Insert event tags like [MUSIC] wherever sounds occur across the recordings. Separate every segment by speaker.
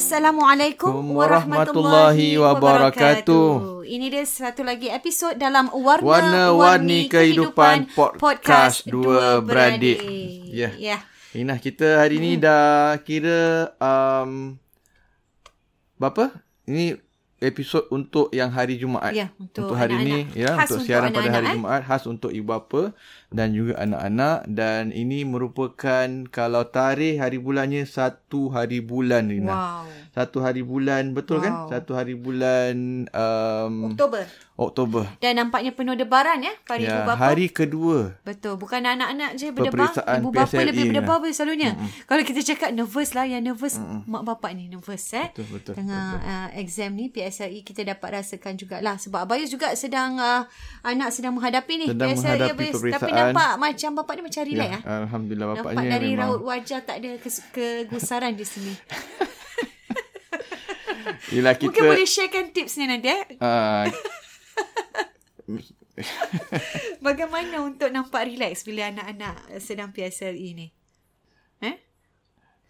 Speaker 1: Assalamualaikum warahmatullahi
Speaker 2: Warahmatullahi wabarakatuh.
Speaker 1: wabarakatuh. Ini dia satu lagi episod dalam Warna-warni
Speaker 2: Warna-warni kehidupan podcast dua beradik.
Speaker 1: Ya.
Speaker 2: Ya.
Speaker 1: Yeah.
Speaker 2: Inah kita hari
Speaker 1: Hmm.
Speaker 2: ni dah kira um, berapa? Ini episod untuk yang hari Jumaat.
Speaker 1: Ya, untuk
Speaker 2: untuk hari
Speaker 1: anak-anak.
Speaker 2: ni ya,
Speaker 1: Khas
Speaker 2: untuk
Speaker 1: untuk
Speaker 2: siaran pada hari
Speaker 1: anak-anak, eh.
Speaker 2: Jumaat khas untuk ibu bapa dan juga anak-anak dan ini merupakan kalau tarikh hari bulannya satu hari bulan
Speaker 1: Yeah.
Speaker 2: Rina.
Speaker 1: Wow.
Speaker 2: Satu hari bulan betul kan?
Speaker 1: Wow.
Speaker 2: Satu hari bulan um,
Speaker 1: Oktober.
Speaker 2: Oktober.
Speaker 1: Dan nampaknya penuh debaran ya para ibu
Speaker 2: Ya,
Speaker 1: bapa.
Speaker 2: hari kedua
Speaker 1: Betul. Bukan anak-anak je berdebar.
Speaker 2: Peperiksaan
Speaker 1: Ibu bapa
Speaker 2: PSLE
Speaker 1: lebih berdebar
Speaker 2: lah.
Speaker 1: weh selalunya. Mm-mm. Kalau kita cakap nervous lah. Yang nervous Mm-mm. mak bapak ni nervous eh.
Speaker 2: Betul, betul,
Speaker 1: Tengah uh, exam ni PSLE E kita dapat rasakan jugalah. Sebab Abayus juga sedang uh, anak sedang menghadapi ni.
Speaker 2: Sedang menghadapi
Speaker 1: Abayus. E Tapi
Speaker 2: peperiksaan.
Speaker 1: nampak macam bapak ni macam relax lah.
Speaker 2: Ya, Alhamdulillah
Speaker 1: Nampak
Speaker 2: bapaknya
Speaker 1: dari
Speaker 2: memang
Speaker 1: raut wajah tak ada kes- kegusaran di
Speaker 2: [LAUGHS]
Speaker 1: sini.
Speaker 2: Yelah kita
Speaker 1: Mungkin boleh sharekan tips ni nanti eh.
Speaker 2: uh,
Speaker 1: Bagaimana untuk nampak relax bila anak-anak sedang PSLE E ni? Eh?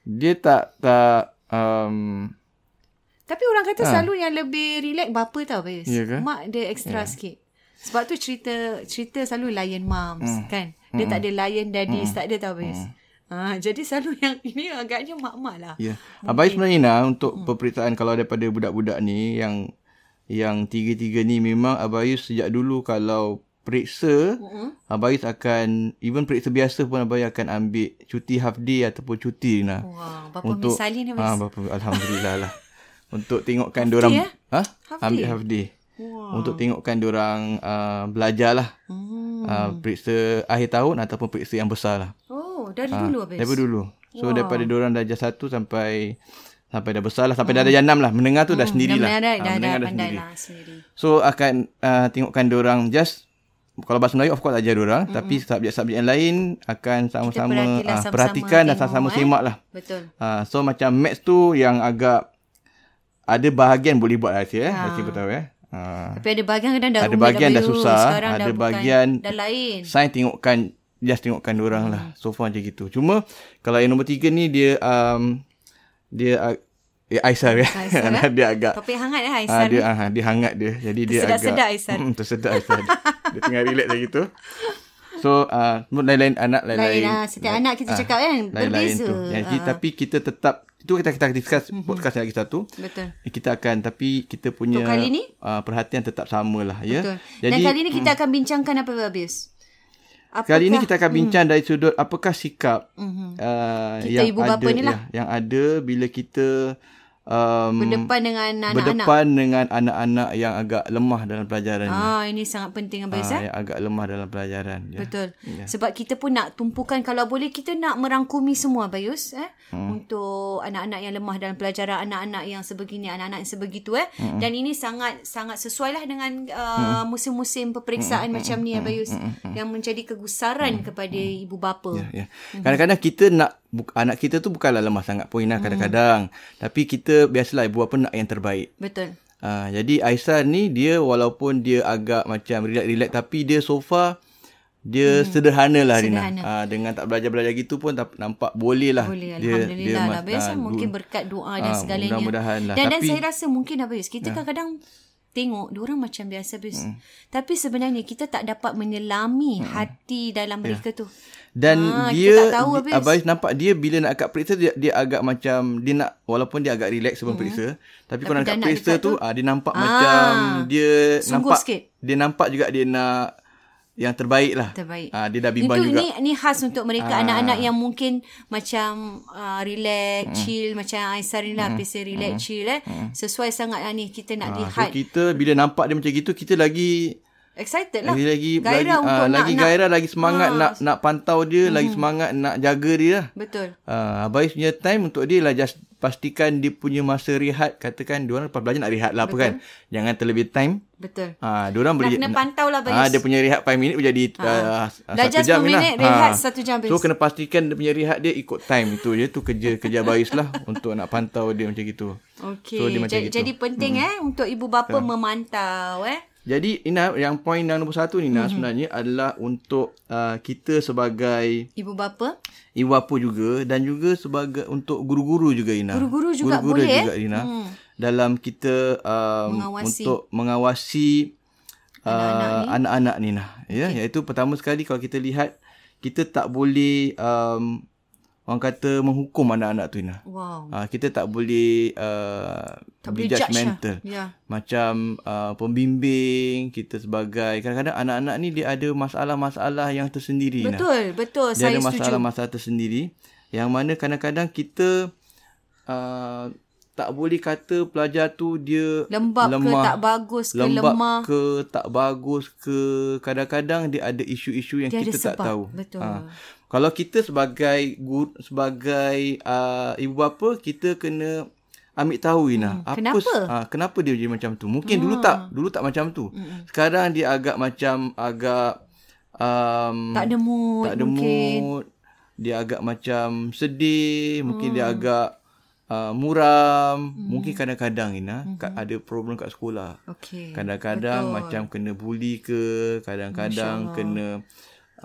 Speaker 2: Dia tak tak um,
Speaker 1: Tapi orang kata ha. selalu yang lebih relax bapa tau Bayus.
Speaker 2: Ah. Ya ke?
Speaker 1: Mak dia extra yeah. sikit. Sebab tu cerita cerita selalu lion moms
Speaker 2: Hmm.
Speaker 1: mm. kan. Dia mm. tak ada lion daddies, mm. tak ada tau Bayus. Mm. Ha, jadi selalu yang [LAUGHS] ini agaknya mak-mak lah.
Speaker 2: Ya. Abai sebenarnya Ina untuk hmm. peperiksaan kalau daripada budak-budak ni yang yang tiga-tiga ni memang Abayus sejak dulu kalau periksa hmm. Abayus akan even periksa biasa pun Abayus akan ambil cuti half day ataupun cuti Ina.
Speaker 1: Wah, bapa misalnya Oh, ni, Abayus.
Speaker 2: Ah, bapa alhamdulillah
Speaker 1: [LAUGHS]
Speaker 2: lah. Untuk tengokkan dia orang
Speaker 1: day, eh?
Speaker 2: ha?
Speaker 1: Half
Speaker 2: ambil
Speaker 1: day?
Speaker 2: half day. Untuk tengokkan dia orang uh, belajar lah. Hmm. Uh, periksa akhir tahun ataupun periksa yang besar lah.
Speaker 1: Oh, dari ha, dulu Bayus.
Speaker 2: Daripada dulu. So wow. daripada diorang darjah satu sampai sampai dah besar lah sampai darjah enam lah menengah tu dah sendirilah.
Speaker 1: Hmm, Dah, dah,
Speaker 2: Ah,
Speaker 1: dah, dah,
Speaker 2: menengah
Speaker 1: pandai lah sendiri.
Speaker 2: So akan uh, tengokkan diorang just kalau bahasa Melayu of course ajar diorang
Speaker 1: Hmm,
Speaker 2: mm-hmm. tapi subjek-subjek yang lain akan sama-sama
Speaker 1: perhatilah
Speaker 2: ah,
Speaker 1: sama-sama,
Speaker 2: perhatikan dan
Speaker 1: tengok,
Speaker 2: sama-sama
Speaker 1: eh.
Speaker 2: semak lah.
Speaker 1: Betul.
Speaker 2: Uh, so macam maths tu yang agak ada bahagian boleh buat lah Acik eh. Ha.
Speaker 1: Ah.
Speaker 2: Acik tahu eh. Uh,
Speaker 1: Tapi ada bahagian kadang dah
Speaker 2: ada
Speaker 1: rumit
Speaker 2: bahagian dah
Speaker 1: Bayus.
Speaker 2: susah,
Speaker 1: Sekarang
Speaker 2: ada
Speaker 1: dah bukan-
Speaker 2: bahagian
Speaker 1: dah lain.
Speaker 2: Saya tengokkan Just tengokkan orang lah So far macam gitu Cuma Kalau yang nombor tiga ni Dia um, Dia uh, eh, Aisar ya
Speaker 1: Aisar, eh?
Speaker 2: [LAUGHS] Dia agak
Speaker 1: Topik hangat eh
Speaker 2: ah,
Speaker 1: Aisan
Speaker 2: dia, ah, dia hangat dia Jadi dia agak
Speaker 1: Tersedak-sedak Aisar.
Speaker 2: Mm, Tersedak Aisar dia, dia tengah relax macam gitu So uh, Lain-lain anak
Speaker 1: Lain
Speaker 2: Lain-lain
Speaker 1: lah. Setiap anak kita cakap kan
Speaker 2: Ah. Lain-lain
Speaker 1: berbeza. Ah. Mhm.
Speaker 2: tu Ya. Yang kita- Tapi kita tetap Itu kita kita discuss Podcast yang lagi satu
Speaker 1: Betul.
Speaker 2: kita akan tapi kita punya
Speaker 1: Untuk kali ni?
Speaker 2: uh, perhatian tetap samalah ya.
Speaker 1: Betul. Dan
Speaker 2: Jadi
Speaker 1: kali ni kita akan bincangkan apa Abius? Apakah hmm. Mhm.
Speaker 2: Kali ini kita akan bincang dari sudut apakah sikap mm-hmm. uh,
Speaker 1: Kita
Speaker 2: yang
Speaker 1: ibu bapa
Speaker 2: ada
Speaker 1: ni lah.
Speaker 2: ya, yang ada bila kita um,
Speaker 1: hmm, berdepan dengan anak-anak?
Speaker 2: berdepan dengan anak-anak yang agak lemah dalam pelajaran.
Speaker 1: Ah,
Speaker 2: Ah,
Speaker 1: ini sangat penting Abius. eh?
Speaker 2: yang agak lemah dalam pelajaran. Ya.
Speaker 1: Betul. Yeah. Sebab kita pun nak tumpukan kalau boleh kita nak merangkumi semua Bayus eh hmm. untuk anak-anak yang lemah dalam pelajaran, anak-anak yang sebegini, anak-anak yang sebegitu eh. Hmm. Dan ini sangat sangat sesuai lah dengan uh, musim-musim peperiksaan hmm. macam ni ya Bayus hmm. yang menjadi kegusaran hmm. kepada ibu bapa. Yeah.
Speaker 2: Ya. Kadang-kadang kita nak bu- anak kita tu bukanlah lemah sangat pun
Speaker 1: Mhm.
Speaker 2: Ina kadang-kadang. Tapi kita biasalah ibu bapa nak yang terbaik.
Speaker 1: Betul.
Speaker 2: Uh, jadi Aisyah ni dia walaupun dia agak macam relax-relax tapi dia so far dia hmm. sederhana lah Rina.
Speaker 1: Sederhana.
Speaker 2: Uh, dengan tak belajar-belajar gitu pun tak, nampak boleh lah.
Speaker 1: Boleh alhamdulillah lah
Speaker 2: mas-
Speaker 1: biasa
Speaker 2: ah, du-
Speaker 1: mungkin berkat doa dan
Speaker 2: Ah,
Speaker 1: segalanya.
Speaker 2: mudah-mudahan lah.
Speaker 1: Dan dan
Speaker 2: Tapi-
Speaker 1: saya rasa mungkin apa Yus, kita kadang-kadang tengok orang macam biasa Yus.
Speaker 2: Hmm.
Speaker 1: Tapi sebenarnya kita tak dapat menyelami hati
Speaker 2: Ya.
Speaker 1: dalam mereka tu.
Speaker 2: Dan
Speaker 1: Ah, kita
Speaker 2: dia
Speaker 1: tak tahu habis.
Speaker 2: Abais nampak dia bila nak kat periksa dia, dia agak macam dia nak walaupun dia agak relax sebelum periksa tapi, kalau nak
Speaker 1: Hmm. dah
Speaker 2: kat
Speaker 1: nak
Speaker 2: periksa
Speaker 1: dekat
Speaker 2: tu ah dia nampak macam dia
Speaker 1: Sungguh
Speaker 2: nampak
Speaker 1: sikit.
Speaker 2: dia nampak juga dia nak yang terbaik lah.
Speaker 1: Terbaik.
Speaker 2: Ah dia dah bimbang
Speaker 1: Itu
Speaker 2: juga. Ah.
Speaker 1: ni ni khas untuk mereka anak-anak yang mungkin macam uh, relax,
Speaker 2: Hmm.
Speaker 1: chill macam Aisyah ni lah biasa relax chill eh. Sesuai sangat lah ni kita nak
Speaker 2: Ah, so
Speaker 1: lihat.
Speaker 2: kita bila nampak dia macam gitu kita lagi
Speaker 1: Excited lah.
Speaker 2: lagi lagi
Speaker 1: Gairah
Speaker 2: lagi,
Speaker 1: untuk nak-
Speaker 2: ah, lagi
Speaker 1: nak- ah. Hmm.
Speaker 2: gairah lagi semangat nak nak pantau dia lagi semangat nak jaga dia lah.
Speaker 1: Betul.
Speaker 2: Uh, Abais punya time untuk dia lah just pastikan dia punya masa rehat katakan dia orang lepas belajar nak rehat lah apa kan jangan terlebih time
Speaker 1: Betul.
Speaker 2: ah uh, dia orang boleh
Speaker 1: kena pantau lah, Abais. Ah.
Speaker 2: ah dia punya rehat 5 minit jadi uh,
Speaker 1: Belajar 10 minit, rehat satu jam, Abais.
Speaker 2: Ah. so kena pastikan dia punya rehat dia ikut time itu je tu kerja kerja Abais lah [LAUGHS] untuk nak pantau dia macam gitu Ah.
Speaker 1: Okey.
Speaker 2: So, dia macam
Speaker 1: jadi,
Speaker 2: gitu.
Speaker 1: jadi penting hmm. eh untuk ibu bapa memantau eh.
Speaker 2: Jadi Ina yang point yang nombor satu Ina
Speaker 1: Hmm.
Speaker 2: mm-hmm. sebenarnya adalah untuk uh, kita sebagai
Speaker 1: Ibu bapa,
Speaker 2: ibu bapa juga dan juga sebagai untuk guru-guru juga Ina.
Speaker 1: Guru-guru juga
Speaker 2: guru-guru
Speaker 1: boleh, eh?
Speaker 2: juga Ina. Hmm. Dalam kita um,
Speaker 1: Mengawasi.
Speaker 2: untuk mengawasi
Speaker 1: Anak-anak
Speaker 2: uh, anak-anak ni Ina. Ya, okay. iaitu pertama sekali kalau kita lihat kita tak boleh um, orang kata menghukum anak-anak tu Ina.
Speaker 1: wow.
Speaker 2: Uh, kita tak boleh uh,
Speaker 1: Oh. Tak
Speaker 2: be
Speaker 1: boleh judge
Speaker 2: judgemental
Speaker 1: lah. Ya.
Speaker 2: macam uh, pembimbing kita sebagai kadang-kadang anak-anak ni dia ada masalah-masalah yang tersendiri Nah.
Speaker 1: Betul, betul.
Speaker 2: Dia
Speaker 1: Saya
Speaker 2: ada
Speaker 1: setuju.
Speaker 2: masalah-masalah tersendiri yang mana kadang-kadang kita uh, tak boleh kata pelajar tu dia
Speaker 1: Lembab
Speaker 2: lemah,
Speaker 1: ke tak bagus ke
Speaker 2: lembab
Speaker 1: lemah.
Speaker 2: ke tak bagus ke kadang-kadang dia ada isu-isu yang
Speaker 1: Dia ada
Speaker 2: kita tak
Speaker 1: sebab,
Speaker 2: tahu. Ha.
Speaker 1: betul.
Speaker 2: Kalau kita sebagai guru, sebagai uh, ibu bapa kita kena ambil tahu Ina hmm.
Speaker 1: kenapa? Ah.
Speaker 2: uh, kenapa dia jadi macam tu. Mungkin dulu tak, dulu tak macam tu. Hmm. Sekarang dia agak macam agak um,
Speaker 1: Tak ada mood
Speaker 2: tak ada
Speaker 1: mungkin.
Speaker 2: mood dia agak macam sedih mungkin
Speaker 1: Hmm.
Speaker 2: dia agak uh, muram hmm. mungkin kadang-kadang Ina hmm. ada problem kat sekolah
Speaker 1: Okey.
Speaker 2: kadang-kadang macam kena bully ke kadang-kadang kena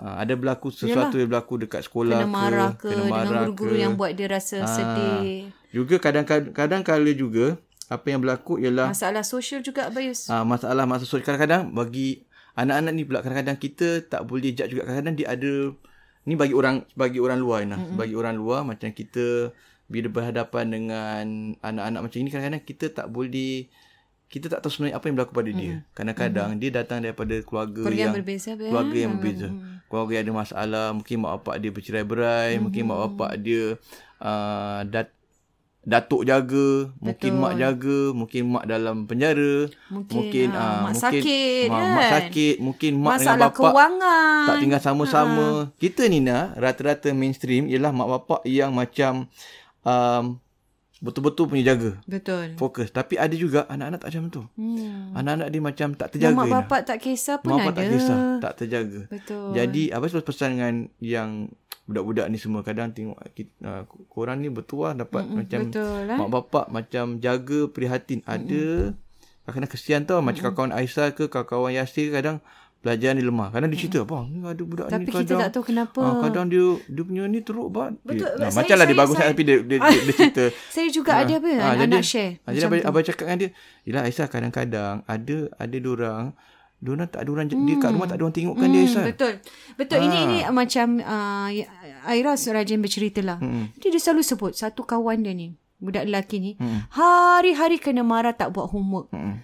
Speaker 2: uh, ada berlaku sesuatu yang berlaku dekat sekolah
Speaker 1: Kena marah
Speaker 2: ke
Speaker 1: ke,
Speaker 2: Ah.
Speaker 1: dengan guru-guru yang buat dia rasa sedih.
Speaker 2: juga kadang-kadang kala juga apa yang berlaku ialah
Speaker 1: Masalah sosial juga Bayus.
Speaker 2: Ah masalah masa sosial kadang-kadang bagi anak-anak ni pula kadang-kadang kita tak boleh judge juga kadang-kadang dia ada ni bagi orang bagi orang luar nah mm-hmm. bagi orang luar macam kita bila berhadapan dengan anak-anak macam ini kadang-kadang kita tak boleh kita tak tahu sebenarnya apa yang berlaku pada dia. Kadang-kadang mm-hmm. dia datang daripada keluarga
Speaker 1: Keluarga
Speaker 2: yang
Speaker 1: yang berbeza, Bayus.
Speaker 2: keluarga yang berbeza. Keluarga yang ada masalah, mungkin mak bapak dia bercerai-berai, mm-hmm. mungkin
Speaker 1: Hmm.
Speaker 2: mak bapak dia uh, dat datuk jaga, Betul. mungkin mak jaga, mungkin mak dalam penjara,
Speaker 1: Mungkin,
Speaker 2: mungkin
Speaker 1: ah,
Speaker 2: ah,
Speaker 1: mak sakit,
Speaker 2: mak, mak
Speaker 1: kan?
Speaker 2: sakit, mungkin mak dengan
Speaker 1: Masalah
Speaker 2: bapak
Speaker 1: kewangan. Ah.
Speaker 2: tak tinggal sama-sama. Kita ni nah, rata-rata mainstream ialah mak bapak yang macam um, betul-betul punya jaga,
Speaker 1: Betul.
Speaker 2: fokus. Tapi ada juga anak-anak tak macam tu.
Speaker 1: Hmm.
Speaker 2: Anak-anak dia macam tak
Speaker 1: Yang
Speaker 2: terjaga.
Speaker 1: mak
Speaker 2: ni.
Speaker 1: bapak tak kisah pun
Speaker 2: Mak
Speaker 1: ada.
Speaker 2: bapak tak kisah, tak terjaga.
Speaker 1: Betul.
Speaker 2: Jadi apa sebab pesan dengan yang budak-budak ni semua kadang tengok kita, uh, korang ni betul lah dapat mm macam
Speaker 1: betul, eh?
Speaker 2: mak bapak macam jaga prihatin ada kadang-kadang kesian tau macam kawan-kawan Aisyah ke kawan-kawan Yasir ke kadang pelajaran dia lemah kadang dia cerita apa ni ada budak
Speaker 1: Tapi
Speaker 2: ni
Speaker 1: kita
Speaker 2: kadang
Speaker 1: tak tahu kenapa.
Speaker 2: Ah, kadang dia dia punya ni teruk banget.
Speaker 1: Betul,
Speaker 2: Dia, nah,
Speaker 1: saya-
Speaker 2: macam lah dia
Speaker 1: saya-
Speaker 2: bagus
Speaker 1: saya-
Speaker 2: tapi dia dia, dia, dia cerita
Speaker 1: [LAUGHS] Saya juga ada apa
Speaker 2: Ah,
Speaker 1: anak, anak share.
Speaker 2: ah, jadi abang, abang cakap dengan dia, "Yalah Aisyah kadang-kadang ada ada dorang, dorang tak ada orang hmm. dia kat rumah tak ada orang tengokkan hmm, dia Aisyah."
Speaker 1: Mm. Betul. Betul. Ini ini macam uh, Aira rajin bercerita lah. Hmm. Dia, dia selalu sebut satu kawan dia ni. Budak lelaki ni. Hmm. Hari-hari kena marah tak buat homework. Hmm.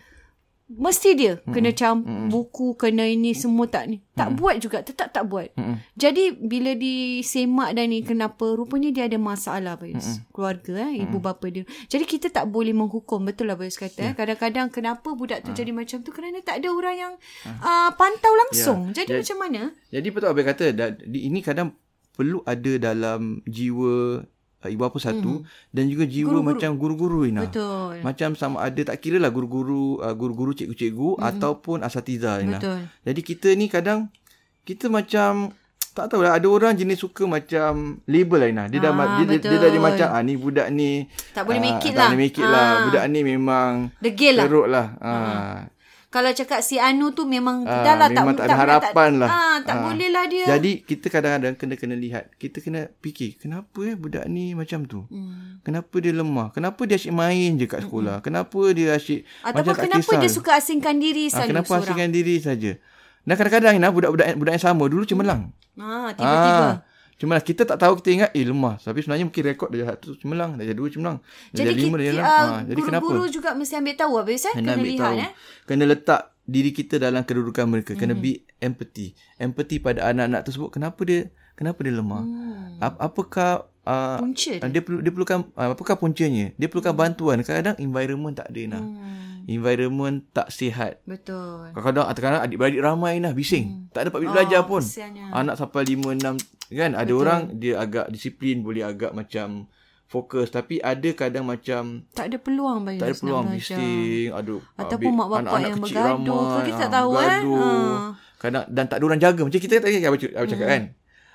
Speaker 1: Mesti dia kena cam buku, kena ini semua tak ni. Tak buat juga. Tetap tak buat. Jadi bila disemak dan ni kenapa rupanya dia ada masalah Bayus. Keluarga eh, ibu bapa dia. Jadi kita tak boleh menghukum. Betul lah Bayus kata.
Speaker 2: Ya.
Speaker 1: Eh. Kadang-kadang kenapa budak
Speaker 2: Ah.
Speaker 1: tu jadi macam tu kerana tak ada orang yang uh, pantau langsung. Jadi macam mana?
Speaker 2: Ya. Jadi betul abang kata da- di- ini kadang perlu ada dalam jiwa uh, ibu bapa satu dan juga jiwa guru-guru. macam guru-guru Ina.
Speaker 1: Hmm. Betul.
Speaker 2: Macam sama ada tak kira lah guru-guru uh, guru-guru cikgu-cikgu ataupun asatiza
Speaker 1: Hmm.
Speaker 2: Ina.
Speaker 1: Betul.
Speaker 2: Jadi kita ni kadang kita macam tak tahulah ada orang jenis suka macam label lah Ina. Dia dah ma- dia, dia, dia dah dia macam ah ni budak ni
Speaker 1: Ah, Tak boleh
Speaker 2: ah,
Speaker 1: make it
Speaker 2: tak
Speaker 1: lah.
Speaker 2: boleh make it lah. Budak ni memang
Speaker 1: Degil lah.
Speaker 2: teruk lah. Ah.
Speaker 1: Kalau cakap si Anu tu memang dah lah
Speaker 2: memang tak ada harapan lah.
Speaker 1: Ah, tak
Speaker 2: Ah.
Speaker 1: boleh lah dia.
Speaker 2: Jadi kita kadang-kadang kena kena lihat, kita kena fikir kenapa eh budak ni macam tu. Hmm. Kenapa dia lemah? Kenapa dia asyik main je kat sekolah? Hmm. Kenapa dia asyik
Speaker 1: Ataupun
Speaker 2: macam tak
Speaker 1: kenapa
Speaker 2: kisah?
Speaker 1: dia suka asingkan diri
Speaker 2: ha,
Speaker 1: selalu
Speaker 2: kenapa
Speaker 1: seorang.
Speaker 2: asingkan diri saja? Dan kadang-kadang nah, budak-budak budak yang sama dulu cemerlang.
Speaker 1: Ah, tiba-tiba.
Speaker 2: Ah, cemerlang kita tak tahu kita ingat eh lemah. Tapi sebenarnya mungkin rekod dia satu cemerlang, dia dua cemerlang, dia
Speaker 1: Jadi,
Speaker 2: lima
Speaker 1: kita,
Speaker 2: dia cemerlang.
Speaker 1: ah,
Speaker 2: Ah, jadi kenapa?
Speaker 1: guru-guru juga mesti ambil tahu habis eh. Kena
Speaker 2: Kena ambil
Speaker 1: lihat
Speaker 2: tahu.
Speaker 1: eh. Hmm.
Speaker 2: Kena letak diri kita dalam kedudukan mereka. Kena be empathy. Empathy pada anak-anak tersebut. Kenapa dia kenapa dia lemah? Hmm. Ap- apakah uh,
Speaker 1: Punca dia.
Speaker 2: dia perlu dia perlukan uh, apakah puncanya? Dia perlukan bantuan. Kadang-kadang environment tak ada nah.
Speaker 1: Hmm,
Speaker 2: Environment tak sihat.
Speaker 1: betul.
Speaker 2: Kadang-kadang kadang-kadang adik-beradik ramai nah
Speaker 1: Hmm.
Speaker 2: bising. Tak
Speaker 1: Ah,
Speaker 2: dapat oh, belajar pun.
Speaker 1: kesiannya.
Speaker 2: Anak sampai 5 6 kan ada Betul. orang dia agak disiplin, boleh agak macam fokus tapi ada kadang macam
Speaker 1: Tak ada peluang Bayus.
Speaker 2: tak ada peluang
Speaker 1: nak belajar.
Speaker 2: bising aduh
Speaker 1: Ataupun
Speaker 2: adik-
Speaker 1: mak bapak
Speaker 2: anak-anak
Speaker 1: yang
Speaker 2: kecil
Speaker 1: bergaduh ke, kita tak
Speaker 2: ah,
Speaker 1: tahu, eh.
Speaker 2: bergaduh.
Speaker 1: Ah.
Speaker 2: kadang dan tak ada orang jaga macam kita tadi apa cakap, cakap
Speaker 1: Hmm.
Speaker 2: kan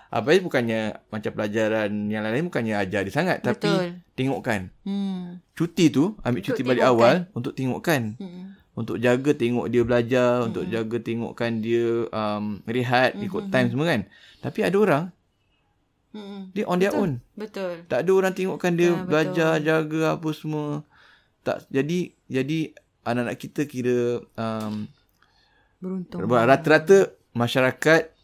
Speaker 2: apa bukannya macam pelajaran yang lain bukannya ajar dia sangat tapi
Speaker 1: Betul.
Speaker 2: tengokkan
Speaker 1: Hmm.
Speaker 2: cuti tu ambil cuti balik
Speaker 1: tengokkan.
Speaker 2: awal untuk tengokkan
Speaker 1: Mm-mm.
Speaker 2: untuk jaga tengok dia belajar, mm-hmm.
Speaker 1: Hmm.
Speaker 2: untuk jaga tengokkan dia um, rehat, mm-hmm. ikut time semua kan. Tapi ada orang
Speaker 1: Mm-mm.
Speaker 2: dia on their own.
Speaker 1: Hmm. Betul.
Speaker 2: Tak ada orang tengokkan
Speaker 1: Ya,
Speaker 2: dia
Speaker 1: betul.
Speaker 2: belajar, jaga apa semua. Tak jadi jadi anak-anak kita kira um,
Speaker 1: Beruntung.
Speaker 2: rata-rata masyarakat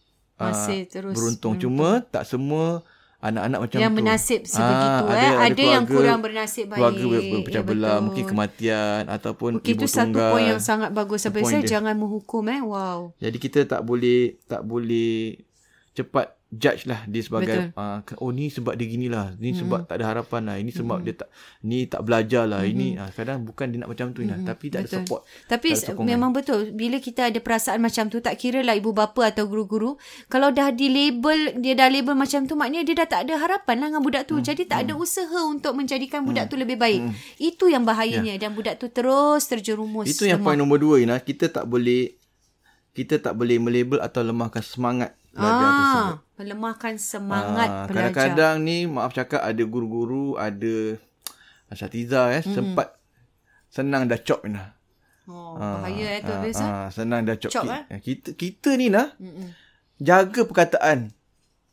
Speaker 2: ah,
Speaker 1: Masih terus Hmm.
Speaker 2: beruntung. Cuma tak semua anak-anak macam
Speaker 1: yang
Speaker 2: tu. Ah,
Speaker 1: bernasib sebegitu eh. Ada, yang kurang bernasib baik.
Speaker 2: Keluarga ber-
Speaker 1: Ya,
Speaker 2: berpecah belah,
Speaker 1: betul.
Speaker 2: mungkin kematian ataupun
Speaker 1: Okay,
Speaker 2: ibu
Speaker 1: itu satu
Speaker 2: tunggal.
Speaker 1: poin yang sangat bagus. Habis
Speaker 2: point
Speaker 1: saya
Speaker 2: dia.
Speaker 1: jangan menghukum eh. Wow.
Speaker 2: Jadi kita tak boleh tak boleh cepat judge lah dia sebagai uh, oh ni sebab dia gini lah ni sebab tak ada harapan lah ini sebab dia tak ni tak belajar lah ini uh, kadang bukan dia nak macam tu mm tapi tak ada support
Speaker 1: Tapi
Speaker 2: tak ada sokongan.
Speaker 1: memang betul bila kita ada perasaan macam tu tak kira lah ibu bapa atau guru-guru kalau dah di label dia dah label macam tu maknanya dia dah tak ada harapan lah dengan budak
Speaker 2: Hmm.
Speaker 1: tu. Jadi tak ada usaha untuk menjadikan budak tu lebih baik. Itu yang bahayanya dan budak tu terus terjerumus
Speaker 2: Ya. Itu yang
Speaker 1: lemah.
Speaker 2: point nombor dua Ina. Kita tak boleh kita tak boleh melabel atau lemahkan semangat belajar ah, tersebut.
Speaker 1: ah, melemahkan semangat pelajar.
Speaker 2: Ah, kadang-kadang ni maaf cakap ada guru-guru, ada asatiza eh mm-hmm. sempat senang dah cop Ina.
Speaker 1: Oh, bahaya eh tu habis eh.
Speaker 2: ah, senang dah cop.
Speaker 1: Cop,
Speaker 2: kita, kita kita ni nah jaga perkataan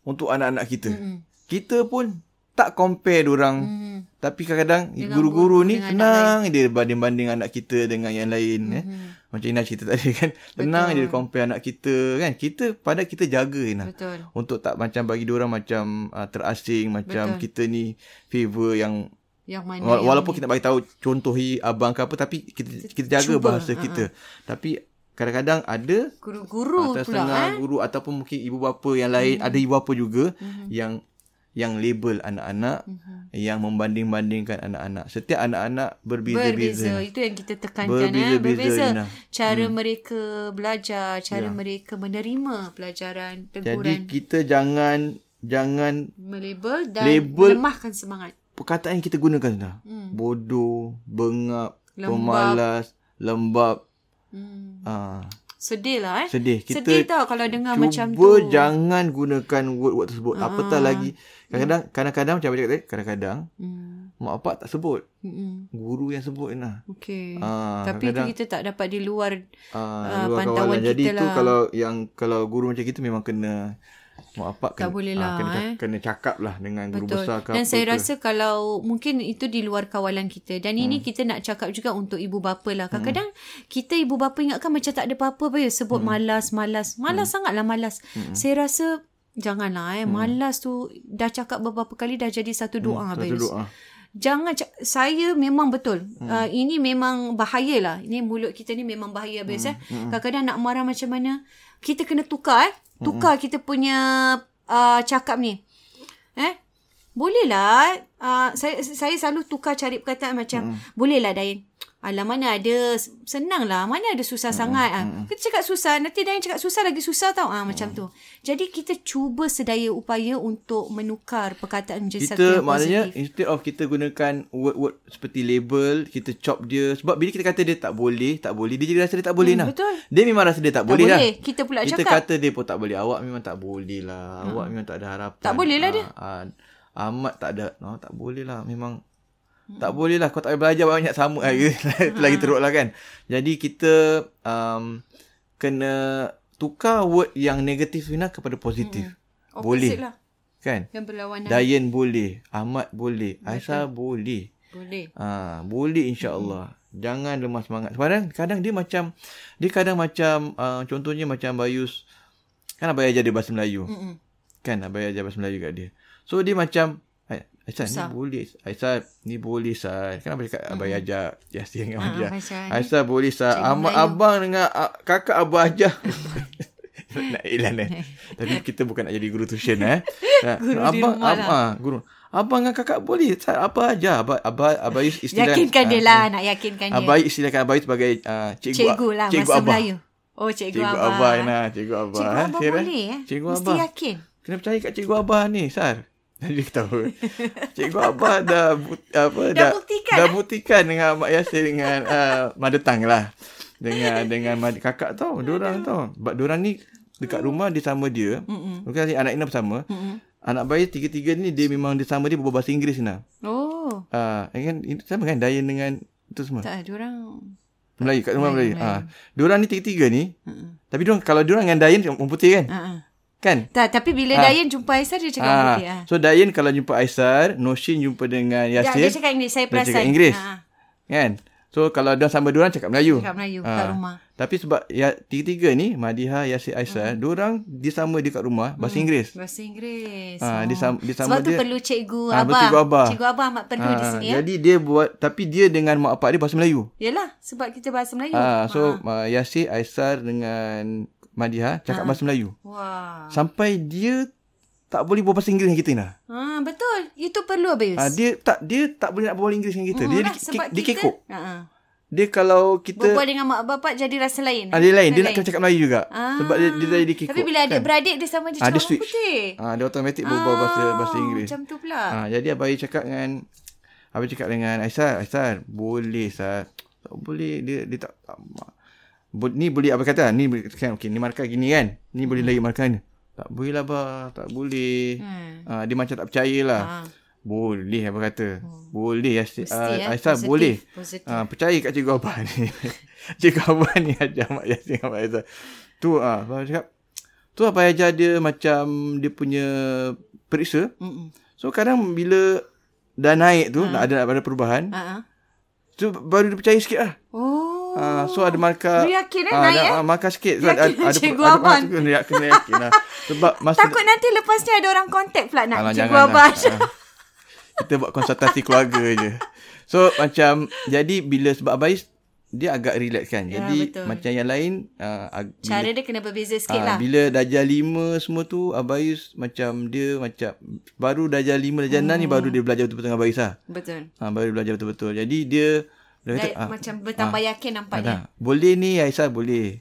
Speaker 2: untuk anak-anak kita. Mm-hmm. Kita pun tak compare orang. Mm-hmm. Tapi kadang-kadang guru-guru ni senang dia banding-banding anak kita dengan yang lain mm-hmm. eh. Macam Ina cerita tadi [LAUGHS] kan. Senang dia compare anak kita kan. Kita pada kita jaga Ina.
Speaker 1: Betul.
Speaker 2: Untuk tak macam bagi dia orang macam uh, terasing macam Betul. kita ni favor yang
Speaker 1: Yang mana
Speaker 2: Wala-
Speaker 1: yang
Speaker 2: walaupun kita nak bagi tahu contohi abang ke apa tapi kita kita jaga
Speaker 1: cuba,
Speaker 2: bahasa kita. Tapi kadang-kadang ada
Speaker 1: guru-guru
Speaker 2: atas
Speaker 1: pula eh? Hmm.
Speaker 2: senang guru ataupun mungkin ibu bapa yang lain ada ibu bapa juga yang yang label anak-anak
Speaker 1: Hmm.
Speaker 2: yang membanding-bandingkan anak-anak setiap anak-anak
Speaker 1: berbeza.
Speaker 2: berbeza-beza
Speaker 1: Itu yang kita tekankan
Speaker 2: Berbeza-beza, Hmm.
Speaker 1: eh. Berbeza
Speaker 2: Lina.
Speaker 1: cara mereka belajar, cara mereka menerima pelajaran,
Speaker 2: Ya. jadi
Speaker 1: teguran,
Speaker 2: kita jangan jangan
Speaker 1: melabel dan
Speaker 2: Label-
Speaker 1: lemahkan semangat.
Speaker 2: perkataan yang kita gunakan Zina. bodoh bengap
Speaker 1: Hmm. Lembab.
Speaker 2: pemalas lembab
Speaker 1: Hmm.
Speaker 2: ah
Speaker 1: Sedih lah eh.
Speaker 2: sedih kita
Speaker 1: Sedih tau kalau dengar
Speaker 2: cuba
Speaker 1: Ah, macam tu. Ah.
Speaker 2: jangan gunakan word-word tersebut apatah lagi kadang-kadang kadang-kadang macam macam tadi kadang-kadang
Speaker 1: Hmm.
Speaker 2: mak bapak tak sebut
Speaker 1: Hmm.
Speaker 2: guru yang sebut Ina
Speaker 1: Okey. Eh,
Speaker 2: Ah,
Speaker 1: Tapi itu kita tak dapat di luar
Speaker 2: Ah, luar
Speaker 1: pantauan
Speaker 2: kawalan. Jadi
Speaker 1: kita
Speaker 2: tu
Speaker 1: lah.
Speaker 2: kalau yang kalau guru macam kita memang kena mak bapak kena,
Speaker 1: Tak boleh
Speaker 2: ah,
Speaker 1: lah,
Speaker 2: kena, cak-
Speaker 1: eh.
Speaker 2: kena cakap lah dengan guru
Speaker 1: Betul.
Speaker 2: besar ke
Speaker 1: Dan
Speaker 2: apa
Speaker 1: saya
Speaker 2: ke.
Speaker 1: rasa kalau mungkin itu di luar kawalan kita. Dan ini kita nak cakap juga untuk ibu bapa lah. Kadang-kadang kita ibu bapa ingatkan macam tak ada apa-apa apa ya. Sebut malas, malas. Malas sangatlah malas. Saya rasa janganlah eh. Malas tu dah cakap beberapa kali dah jadi Hmm. satu doa.
Speaker 2: Satu
Speaker 1: Bayus.
Speaker 2: doa.
Speaker 1: Jangan cak- saya memang betul. Hmm. Uh, ini memang bahaya lah. Ini mulut kita ni memang bahaya habis
Speaker 2: Hmm.
Speaker 1: eh. Kadang-kadang nak marah macam mana, kita kena tukar eh.
Speaker 2: Hmm.
Speaker 1: Tukar kita punya uh, cakap ni. Eh? Boleh lah. Uh, saya saya selalu tukar cari perkataan macam
Speaker 2: Hmm.
Speaker 1: boleh lah Dain. Alah mana ada senang lah. Mana ada susah
Speaker 2: Hmm.
Speaker 1: sangat. Ah. Kita cakap susah. Nanti Dain cakap susah lagi susah tau. Ah,
Speaker 2: Hmm.
Speaker 1: macam tu. Jadi kita cuba sedaya upaya untuk menukar perkataan menjadi satu
Speaker 2: Kita
Speaker 1: yang
Speaker 2: maknanya
Speaker 1: positif.
Speaker 2: instead of kita gunakan word-word seperti label, kita chop dia sebab bila kita kata dia tak boleh, tak boleh, dia jadi rasa dia tak boleh lah.
Speaker 1: Hmm, betul.
Speaker 2: Dia memang rasa dia tak,
Speaker 1: Tak
Speaker 2: boleh,
Speaker 1: boleh.
Speaker 2: lah.
Speaker 1: Kita pula
Speaker 2: kita
Speaker 1: cakap. Hmm.
Speaker 2: kata dia pun tak boleh. Awak memang tak boleh lah. Awak memang tak ada harapan.
Speaker 1: Tak boleh lah
Speaker 2: Ah,
Speaker 1: dia.
Speaker 2: ah, amat tak ada. No, tak boleh lah. Memang
Speaker 1: Hmm.
Speaker 2: tak boleh lah. Kau tak boleh belajar banyak sama. lagi. [LAUGHS] Itu lagi teruk lah kan. Jadi kita um, kena tukar word yang negatif Fina kepada
Speaker 1: Hmm.
Speaker 2: positif.
Speaker 1: Opposite
Speaker 2: Boleh.
Speaker 1: lah.
Speaker 2: Kan?
Speaker 1: Yang berlawanan.
Speaker 2: Dayan boleh. Ahmad boleh. Aisyah boleh.
Speaker 1: Boleh.
Speaker 2: Ha, boleh insyaAllah. Mm-hmm. Jangan lemah semangat. Kadang, kadang dia macam, dia kadang macam, uh, contohnya macam Bayus, kan Abang ajar dia bahasa Melayu.
Speaker 1: Mm-mm.
Speaker 2: Kan Abang ajar bahasa Melayu kat dia. So dia macam, "Ai- Aisyah ni boleh. Aisyah ni boleh Sah. Kan Abang cakap Abang ajar. Ya,
Speaker 1: Ha.
Speaker 2: dia
Speaker 1: Ah,
Speaker 2: dengan Abang ajar.
Speaker 1: Aisyah ni
Speaker 2: Aisyah boleh Sah.
Speaker 1: cikgu
Speaker 2: Abang,
Speaker 1: Melayu.
Speaker 2: abang dengan ah, kakak Abang ajar. [LAUGHS] nak iklan eh. Tapi kita bukan nak jadi guru tuition eh. Ha,
Speaker 1: [LAUGHS] Guru di
Speaker 2: abang,
Speaker 1: rumah lah.
Speaker 2: ab- ah, guru. Abang dengan kakak boleh. Sah, Apa aja. Abang, abang, abang Yus istilah.
Speaker 1: Yakinkan dia
Speaker 2: ah,
Speaker 1: lah. Nak yakinkan dia.
Speaker 2: Abang Yus istilahkan Abang Yus sebagai ah, cikgu,
Speaker 1: Cikgu lah.
Speaker 2: cikgu
Speaker 1: bahasa
Speaker 2: Abah.
Speaker 1: Melayu. Oh, cikgu,
Speaker 2: Cikgu
Speaker 1: abah.
Speaker 2: Abah. Nah, cikgu Abah.
Speaker 1: Cikgu
Speaker 2: eh.
Speaker 1: abah
Speaker 2: Sir, eh.
Speaker 1: boleh eh.
Speaker 2: Cikgu
Speaker 1: Mesti
Speaker 2: Abah.
Speaker 1: yakin.
Speaker 2: Kena percaya kat cikgu Abah ni, Sar. [LAUGHS] Jadi tahu. Cikgu Abah dah but, apa
Speaker 1: Dah buktikan,
Speaker 2: dah buktikan dengan Mak Yasir dengan uh, Mother Tang lah. [LAUGHS] Dengan dengan mad- kakak tau, dorang tau. Sebab dorang ni dekat rumah dia sama dia. Mm-mm. Bukan si anak Ina bersama. Mm-mm. Anak bayi tiga-tiga ni dia memang dia sama dia berbual bahasa Inggeris Ina. eh,
Speaker 1: Oh.
Speaker 2: Ah, uh, kan sama kan Dayan dengan itu semua.
Speaker 1: Tak, diorang
Speaker 2: Melayu kat rumah Melayu. Ha. Diorang ni tiga-tiga ni. Uh-uh. Tapi diorang kalau diorang dengan Dayan orang putih kan?
Speaker 1: Ha.
Speaker 2: Kan?
Speaker 1: Tak, tapi bila
Speaker 2: Ah.
Speaker 1: Dayan jumpa Aisyah dia cakap
Speaker 2: Ah,
Speaker 1: putih. ah.
Speaker 2: So Dayan kalau jumpa Aisar, Noshin jumpa dengan
Speaker 1: Ya,
Speaker 2: Yasir.
Speaker 1: dia cakap Inggeris. Saya
Speaker 2: dia
Speaker 1: perasan.
Speaker 2: cakap Inggeris.
Speaker 1: Ah,
Speaker 2: Kan? So kalau dia sama diorang cakap Melayu.
Speaker 1: Cakap Melayu kat
Speaker 2: Ah.
Speaker 1: rumah.
Speaker 2: Tapi sebab ya, tiga-tiga ni Madiha, Yasir, Aisar,
Speaker 1: Hmm.
Speaker 2: diorang dia sama dia kat rumah bahasa Inggeris.
Speaker 1: Bahasa Inggeris.
Speaker 2: Ah, dia sama- dia
Speaker 1: Hmm. Oh.
Speaker 2: sama
Speaker 1: Sebab tu
Speaker 2: dia-
Speaker 1: perlu cikgu
Speaker 2: Ah,
Speaker 1: abang.
Speaker 2: betul, cikgu Abah.
Speaker 1: Cikgu abang amat perlu di
Speaker 2: Ah,
Speaker 1: sini. Ya?
Speaker 2: jadi dia buat tapi dia dengan mak pak dia bahasa Melayu.
Speaker 1: Yelah, sebab kita bahasa Melayu.
Speaker 2: Ah, so uh, Yasir, Aisar dengan Madiha
Speaker 1: Ah.
Speaker 2: cakap bahasa Melayu.
Speaker 1: Wah.
Speaker 2: Sampai dia tak boleh berbual bahasa Inggeris dengan kita nah.
Speaker 1: Ah, betul. Itu perlu Abayus.
Speaker 2: Ah, dia tak dia tak boleh nak berbual Inggeris dengan kita.
Speaker 1: Yalah,
Speaker 2: dia di-
Speaker 1: Hmm, sebab
Speaker 2: ki- dia
Speaker 1: kita-
Speaker 2: kekok.
Speaker 1: Ah, ah.
Speaker 2: Dia kalau kita
Speaker 1: Berbual dengan mak bapak jadi rasa lain.
Speaker 2: ah, dia lain, dia nak kena cakap Melayu juga.
Speaker 1: Ah.
Speaker 2: Sebab dia dia jadi kekok.
Speaker 1: Tapi bila adik-beradik dia sama je
Speaker 2: Ah, dia
Speaker 1: cakap orang
Speaker 2: switch.
Speaker 1: putih.
Speaker 2: ah, dia automatik berbual bahasa bahasa
Speaker 1: Ah,
Speaker 2: Inggeris.
Speaker 1: Macam tu pula.
Speaker 2: Ha, jadi abang Ayu cakap dengan abang cakap dengan Aisar, Aisar, boleh sah. Tak boleh dia dia tak, tak ma- bo, ni boleh apa kata? Ni boleh- kan okey, ni markah gini kan. Ni boleh lagi markah ni. Tak boleh lah bah, tak boleh.
Speaker 1: Hmm.
Speaker 2: Ha, dia macam tak percaya lah.
Speaker 1: Ah. Hmm.
Speaker 2: Boleh abang kata. Boleh Aisar,
Speaker 1: Mesti,
Speaker 2: uh,
Speaker 1: eh,
Speaker 2: Aisar
Speaker 1: positif,
Speaker 2: boleh.
Speaker 1: positif.
Speaker 2: Ha, percaya kat cikgu abang ni. [LAUGHS] cikgu abang ni ajar Mak Yasin dengan Mak Aisar. Tu ah, abang cakap tu abang ajar dia macam dia punya periksa.
Speaker 1: Mm-mm.
Speaker 2: So kadang bila dah naik tu, ha. ada ada perubahan,
Speaker 1: Ah, ah.
Speaker 2: tu baru dia percaya sikit lah.
Speaker 1: Oh.
Speaker 2: Ha, so ada markah.
Speaker 1: Dia yakin eh,
Speaker 2: Ah,
Speaker 1: naik,
Speaker 2: ada, eh? Markah sikit. So,
Speaker 1: Yakin cikgu abang.
Speaker 2: Ada, ada, kena yakin lah.
Speaker 1: [LAUGHS]
Speaker 2: Sebab masa
Speaker 1: Takut nanti lepas ni ada orang kontak pula nak
Speaker 2: Alah,
Speaker 1: cikgu
Speaker 2: janganlah. [LAUGHS]
Speaker 1: abang.
Speaker 2: Ah. Kita buat konsultasi keluarga je. So macam jadi bila sebab Abais dia agak relax kan.
Speaker 1: Ya,
Speaker 2: Jadi
Speaker 1: betul.
Speaker 2: macam yang lain uh,
Speaker 1: Cara dia kena berbeza sikit
Speaker 2: Ah,
Speaker 1: lah.
Speaker 2: bila darjah 5 semua tu Abayus macam dia macam baru darjah 5 darjah 6 ni
Speaker 1: Hmm.
Speaker 2: baru dia belajar betul-betul dengan Abayus lah.
Speaker 1: Betul.
Speaker 2: Ha, baru belajar betul-betul. Jadi dia dia kata,
Speaker 1: Like,
Speaker 2: ah,
Speaker 1: macam bertambah yakin nampaknya.
Speaker 2: dah, boleh ni Aisyah boleh.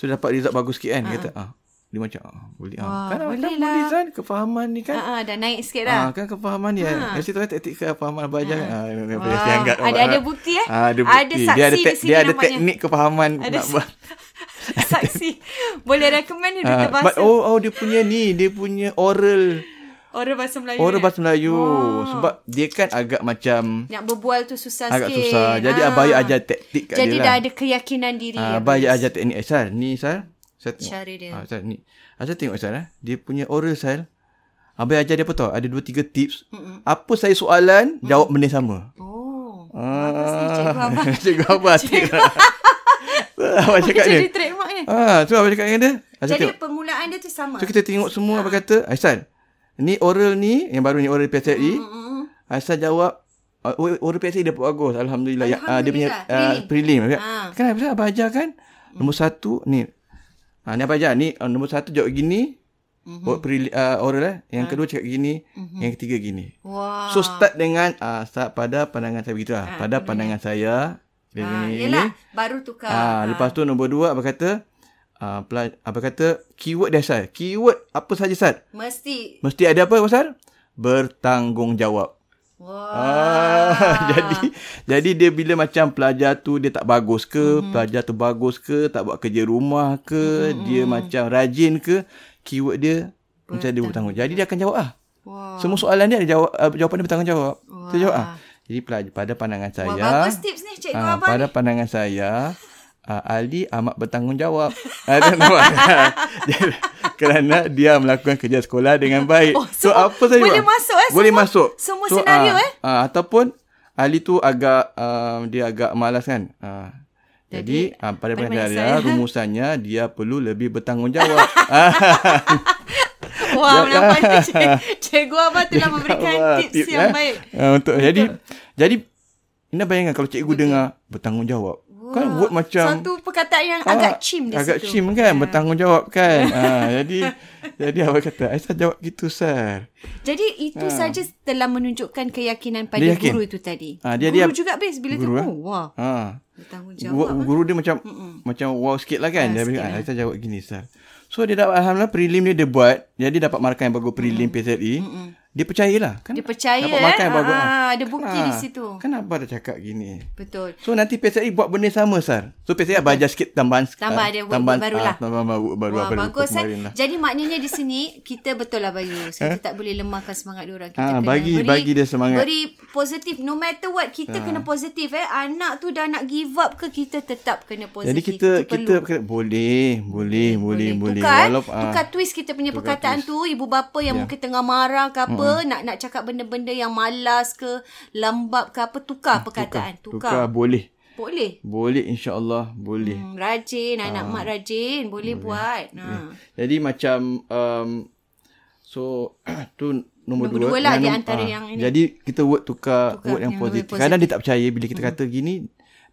Speaker 2: So dapat result bagus sikit kan. Dia kata, ah, dia macam, ah, boleh. Ah.
Speaker 1: Wah,
Speaker 2: kan,
Speaker 1: boleh lah.
Speaker 2: kan, boleh kan. Kefahaman ni kan.
Speaker 1: Ah, ah, dah naik sikit dah.
Speaker 2: Ah, kan kefahaman dia. Ha. Aisyah tu kan taktik kefahaman abang ajar. Ha. Ha.
Speaker 1: Wah, ada- ada bukti, eh?
Speaker 2: Ah, ada bukti.
Speaker 1: Ada saksi
Speaker 2: dia ada,
Speaker 1: di
Speaker 2: tek-
Speaker 1: sini
Speaker 2: dia ada
Speaker 1: nampaknya.
Speaker 2: teknik kefahaman
Speaker 1: Ada
Speaker 2: nak
Speaker 1: [LAUGHS]
Speaker 2: buat.
Speaker 1: [LAUGHS] Saksi. Boleh recommend ni duta
Speaker 2: Ah, but
Speaker 1: bahasa.
Speaker 2: oh, oh dia punya ni, dia punya oral.
Speaker 1: Orang bahasa Melayu.
Speaker 2: Oral
Speaker 1: ni.
Speaker 2: bahasa Melayu.
Speaker 1: Oh.
Speaker 2: Sebab dia kan agak macam
Speaker 1: Nak berbual tu susah
Speaker 2: agak
Speaker 1: sikit.
Speaker 2: susah. Jadi
Speaker 1: Ah.
Speaker 2: abang ajar taktik kat
Speaker 1: Jadi
Speaker 2: dia
Speaker 1: dah
Speaker 2: lah.
Speaker 1: ada keyakinan diri.
Speaker 2: Ah,
Speaker 1: Ah,
Speaker 2: abang ajar, ajar teknik Aisar. Ni Aisar. Saya tengok.
Speaker 1: Cara dia.
Speaker 2: Ah, Aisar ni. Aisar tengok Aisar eh. Dia punya oral Aisar. Abang ajar dia apa tau? Ada dua tiga tips. Mm-mm. Apa saya soalan, jawab benda yang sama.
Speaker 1: Oh. ni cikgu
Speaker 2: Ah,
Speaker 1: abang.
Speaker 2: [LAUGHS] cikgu
Speaker 1: [LAUGHS]
Speaker 2: abang. Cikgu abang. abang cakap dia.
Speaker 1: Jadi trademark ni.
Speaker 2: Ah, tu abang cakap dengan dia. Aisar
Speaker 1: Jadi
Speaker 2: tengok.
Speaker 1: permulaan dia tu sama.
Speaker 2: So kita tengok semua abang kata, Aisar, ni oral ni, yang baru ni oral PSLE.
Speaker 1: Mm-mm.
Speaker 2: Aisyah E, jawab uh, Orang PSA dapat bagus Alhamdulillah, Ya, ah, Dia punya uh,
Speaker 1: Alhamdulillah.
Speaker 2: prelim, prelim.
Speaker 1: Ah. Hmm.
Speaker 2: Ha. Kan Aisyah abang ajar kan Nombor satu Ni ha, Ni abang ajar Ni uh, nombor satu jawab gini
Speaker 1: Mhm.
Speaker 2: mm-hmm. preli, uh, Oral eh
Speaker 1: Ah.
Speaker 2: Yang kedua cakap gini mm-hmm. Yang ketiga gini
Speaker 1: Wah.
Speaker 2: So start dengan uh, start Pada pandangan saya begitu lah Pada pandangan saya
Speaker 1: eh.
Speaker 2: Dia
Speaker 1: Ah,
Speaker 2: gini gini
Speaker 1: yelah, baru tukar.
Speaker 2: Ah, lepas tu nombor dua abang kata ah, pela- abang kata keyword dia Sal. Keyword apa saja Sal?
Speaker 1: Mesti.
Speaker 2: Mesti ada apa Sal? Bertanggungjawab.
Speaker 1: Wah.
Speaker 2: Ah, [LAUGHS] jadi jadi dia bila macam pelajar tu dia tak bagus
Speaker 1: Mhm.
Speaker 2: ke, mm-hmm. pelajar tu bagus ke, tak buat kerja rumah ke, mm-hmm.
Speaker 1: mhm.
Speaker 2: dia macam rajin ke, keyword dia macam dia bertanggungjawab. Jadi dia akan jawab ah.
Speaker 1: Wah.
Speaker 2: Semua soalan dia ada jawab uh, jawapan dia bertanggungjawab. Wow. Dia jawab ah. Jadi pelajar pada pandangan saya
Speaker 1: Wah, bagus tips Eh, ni cikgu
Speaker 2: ya. ah,
Speaker 1: abang.
Speaker 2: pada pandangan
Speaker 1: [LAUGHS]
Speaker 2: saya ah, Ali amat bertanggungjawab. [LAUGHS] Ada nampak. Dia- Kerana dia melakukan kerja sekolah
Speaker 1: [LAUGHS]
Speaker 2: dengan baik.
Speaker 1: Oh, semua- boleh
Speaker 2: buat?
Speaker 1: masuk, eh?
Speaker 2: Boleh
Speaker 1: Semua-
Speaker 2: masuk.
Speaker 1: semua senario,
Speaker 2: ah,
Speaker 1: eh?
Speaker 2: ah, ataupun Ali tu agak um, dia agak malas kan. Ah. Jadi,
Speaker 1: Jadi,
Speaker 2: ah, pada
Speaker 1: pada
Speaker 2: pandangan
Speaker 1: pandangan
Speaker 2: saya
Speaker 1: saya- ha?
Speaker 2: rumusannya dia perlu lebih bertanggungjawab. ah,
Speaker 1: Wah,
Speaker 2: Ya,
Speaker 1: nampaknya cik- cikgu abang
Speaker 2: [LAUGHS]
Speaker 1: telah [LAUGHS] memberikan
Speaker 2: Wah,
Speaker 1: tips, yang
Speaker 2: eh?
Speaker 1: baik.
Speaker 2: Ah, untuk jadi jadi Ina bayangkan kalau cikgu dengar bertanggungjawab. Kan word macam
Speaker 1: Ah, Satu perkataan yang
Speaker 2: Ah,
Speaker 1: agak cim di
Speaker 2: agak
Speaker 1: situ. Ya.
Speaker 2: cim kan bertanggungjawab
Speaker 1: [LAUGHS]
Speaker 2: kan ha, jadi jadi awak kata Aisyah jawab gitu sir
Speaker 1: Jadi itu saja telah menunjukkan keyakinan pada
Speaker 2: Ah. Dia yakin.
Speaker 1: guru itu tadi.
Speaker 2: Ah, dia-
Speaker 1: guru
Speaker 2: dia-
Speaker 1: juga bes bila
Speaker 2: guru,
Speaker 1: tu.
Speaker 2: eh?
Speaker 1: Oh, wah,
Speaker 2: ha.
Speaker 1: bertanggungjawab.
Speaker 2: guru, guru dia macam Mm-mm. macam wow sikit lah
Speaker 1: Ah,
Speaker 2: kan dia
Speaker 1: sikit
Speaker 2: bilang
Speaker 1: lah.
Speaker 2: Aisyah jawab gini sir so dia dapat Alhamdulillah prelim dia dia buat jadi dapat markah yang bagus prelim PSLE E. Dia percayalah kan.
Speaker 1: Dia percaya
Speaker 2: Dapat
Speaker 1: eh.
Speaker 2: makan buat buat.
Speaker 1: Ah, ada bukti di situ.
Speaker 2: lah. Kenapa dia cakap gini?
Speaker 1: Betul.
Speaker 2: So nanti PSI E buat benda sama Sar. So PSI okay. belajar E sikit tambahan
Speaker 1: Tambah
Speaker 2: ah,
Speaker 1: dia buat
Speaker 2: tambahan,
Speaker 1: baru lah.
Speaker 2: ah, tambahan baru baru
Speaker 1: Wah,
Speaker 2: apa
Speaker 1: bagus kan?
Speaker 2: kemarin lah. Eh?
Speaker 1: Jadi maknanya di sini kita betul lah Bayus. Kita tak boleh lemahkan semangat diorang. Kita kena
Speaker 2: Ah, bagi-
Speaker 1: beri,
Speaker 2: bagi dia semangat. Ah.
Speaker 1: Beri positif. No matter what, kita kena positif eh. Anak tu dah nak give up ke, kita tetap kena positif.
Speaker 2: Jadi kita
Speaker 1: Itu
Speaker 2: kita, kita boleh, boleh, boleh, boleh.
Speaker 1: Tukar, eh?
Speaker 2: Walaupun, ah, Ya.
Speaker 1: tukar twist kita punya perkataan tu ibu bapa yang mungkin tengah marah ke apa nak nak cakap benda-benda yang malas ke lembab ke apa tukar perkataan
Speaker 2: tukar
Speaker 1: tukar, tukar.
Speaker 2: boleh.
Speaker 1: boleh
Speaker 2: Boleh insya-Allah boleh.
Speaker 1: hmm, rajin
Speaker 2: Ah.
Speaker 1: anak mak rajin boleh, buat ha
Speaker 2: Jadi macam um, so [CLEARS THROAT] tu nombor,
Speaker 1: Nombor
Speaker 2: dua.
Speaker 1: dua lah
Speaker 2: Dan
Speaker 1: di
Speaker 2: nom-
Speaker 1: antara
Speaker 2: ah,
Speaker 1: yang ini.
Speaker 2: Jadi kita word tukar,
Speaker 1: Tukar
Speaker 2: word yang,
Speaker 1: yang Hmm.
Speaker 2: positif.
Speaker 1: lebih
Speaker 2: Kadang dia tak percaya bila kita kata gini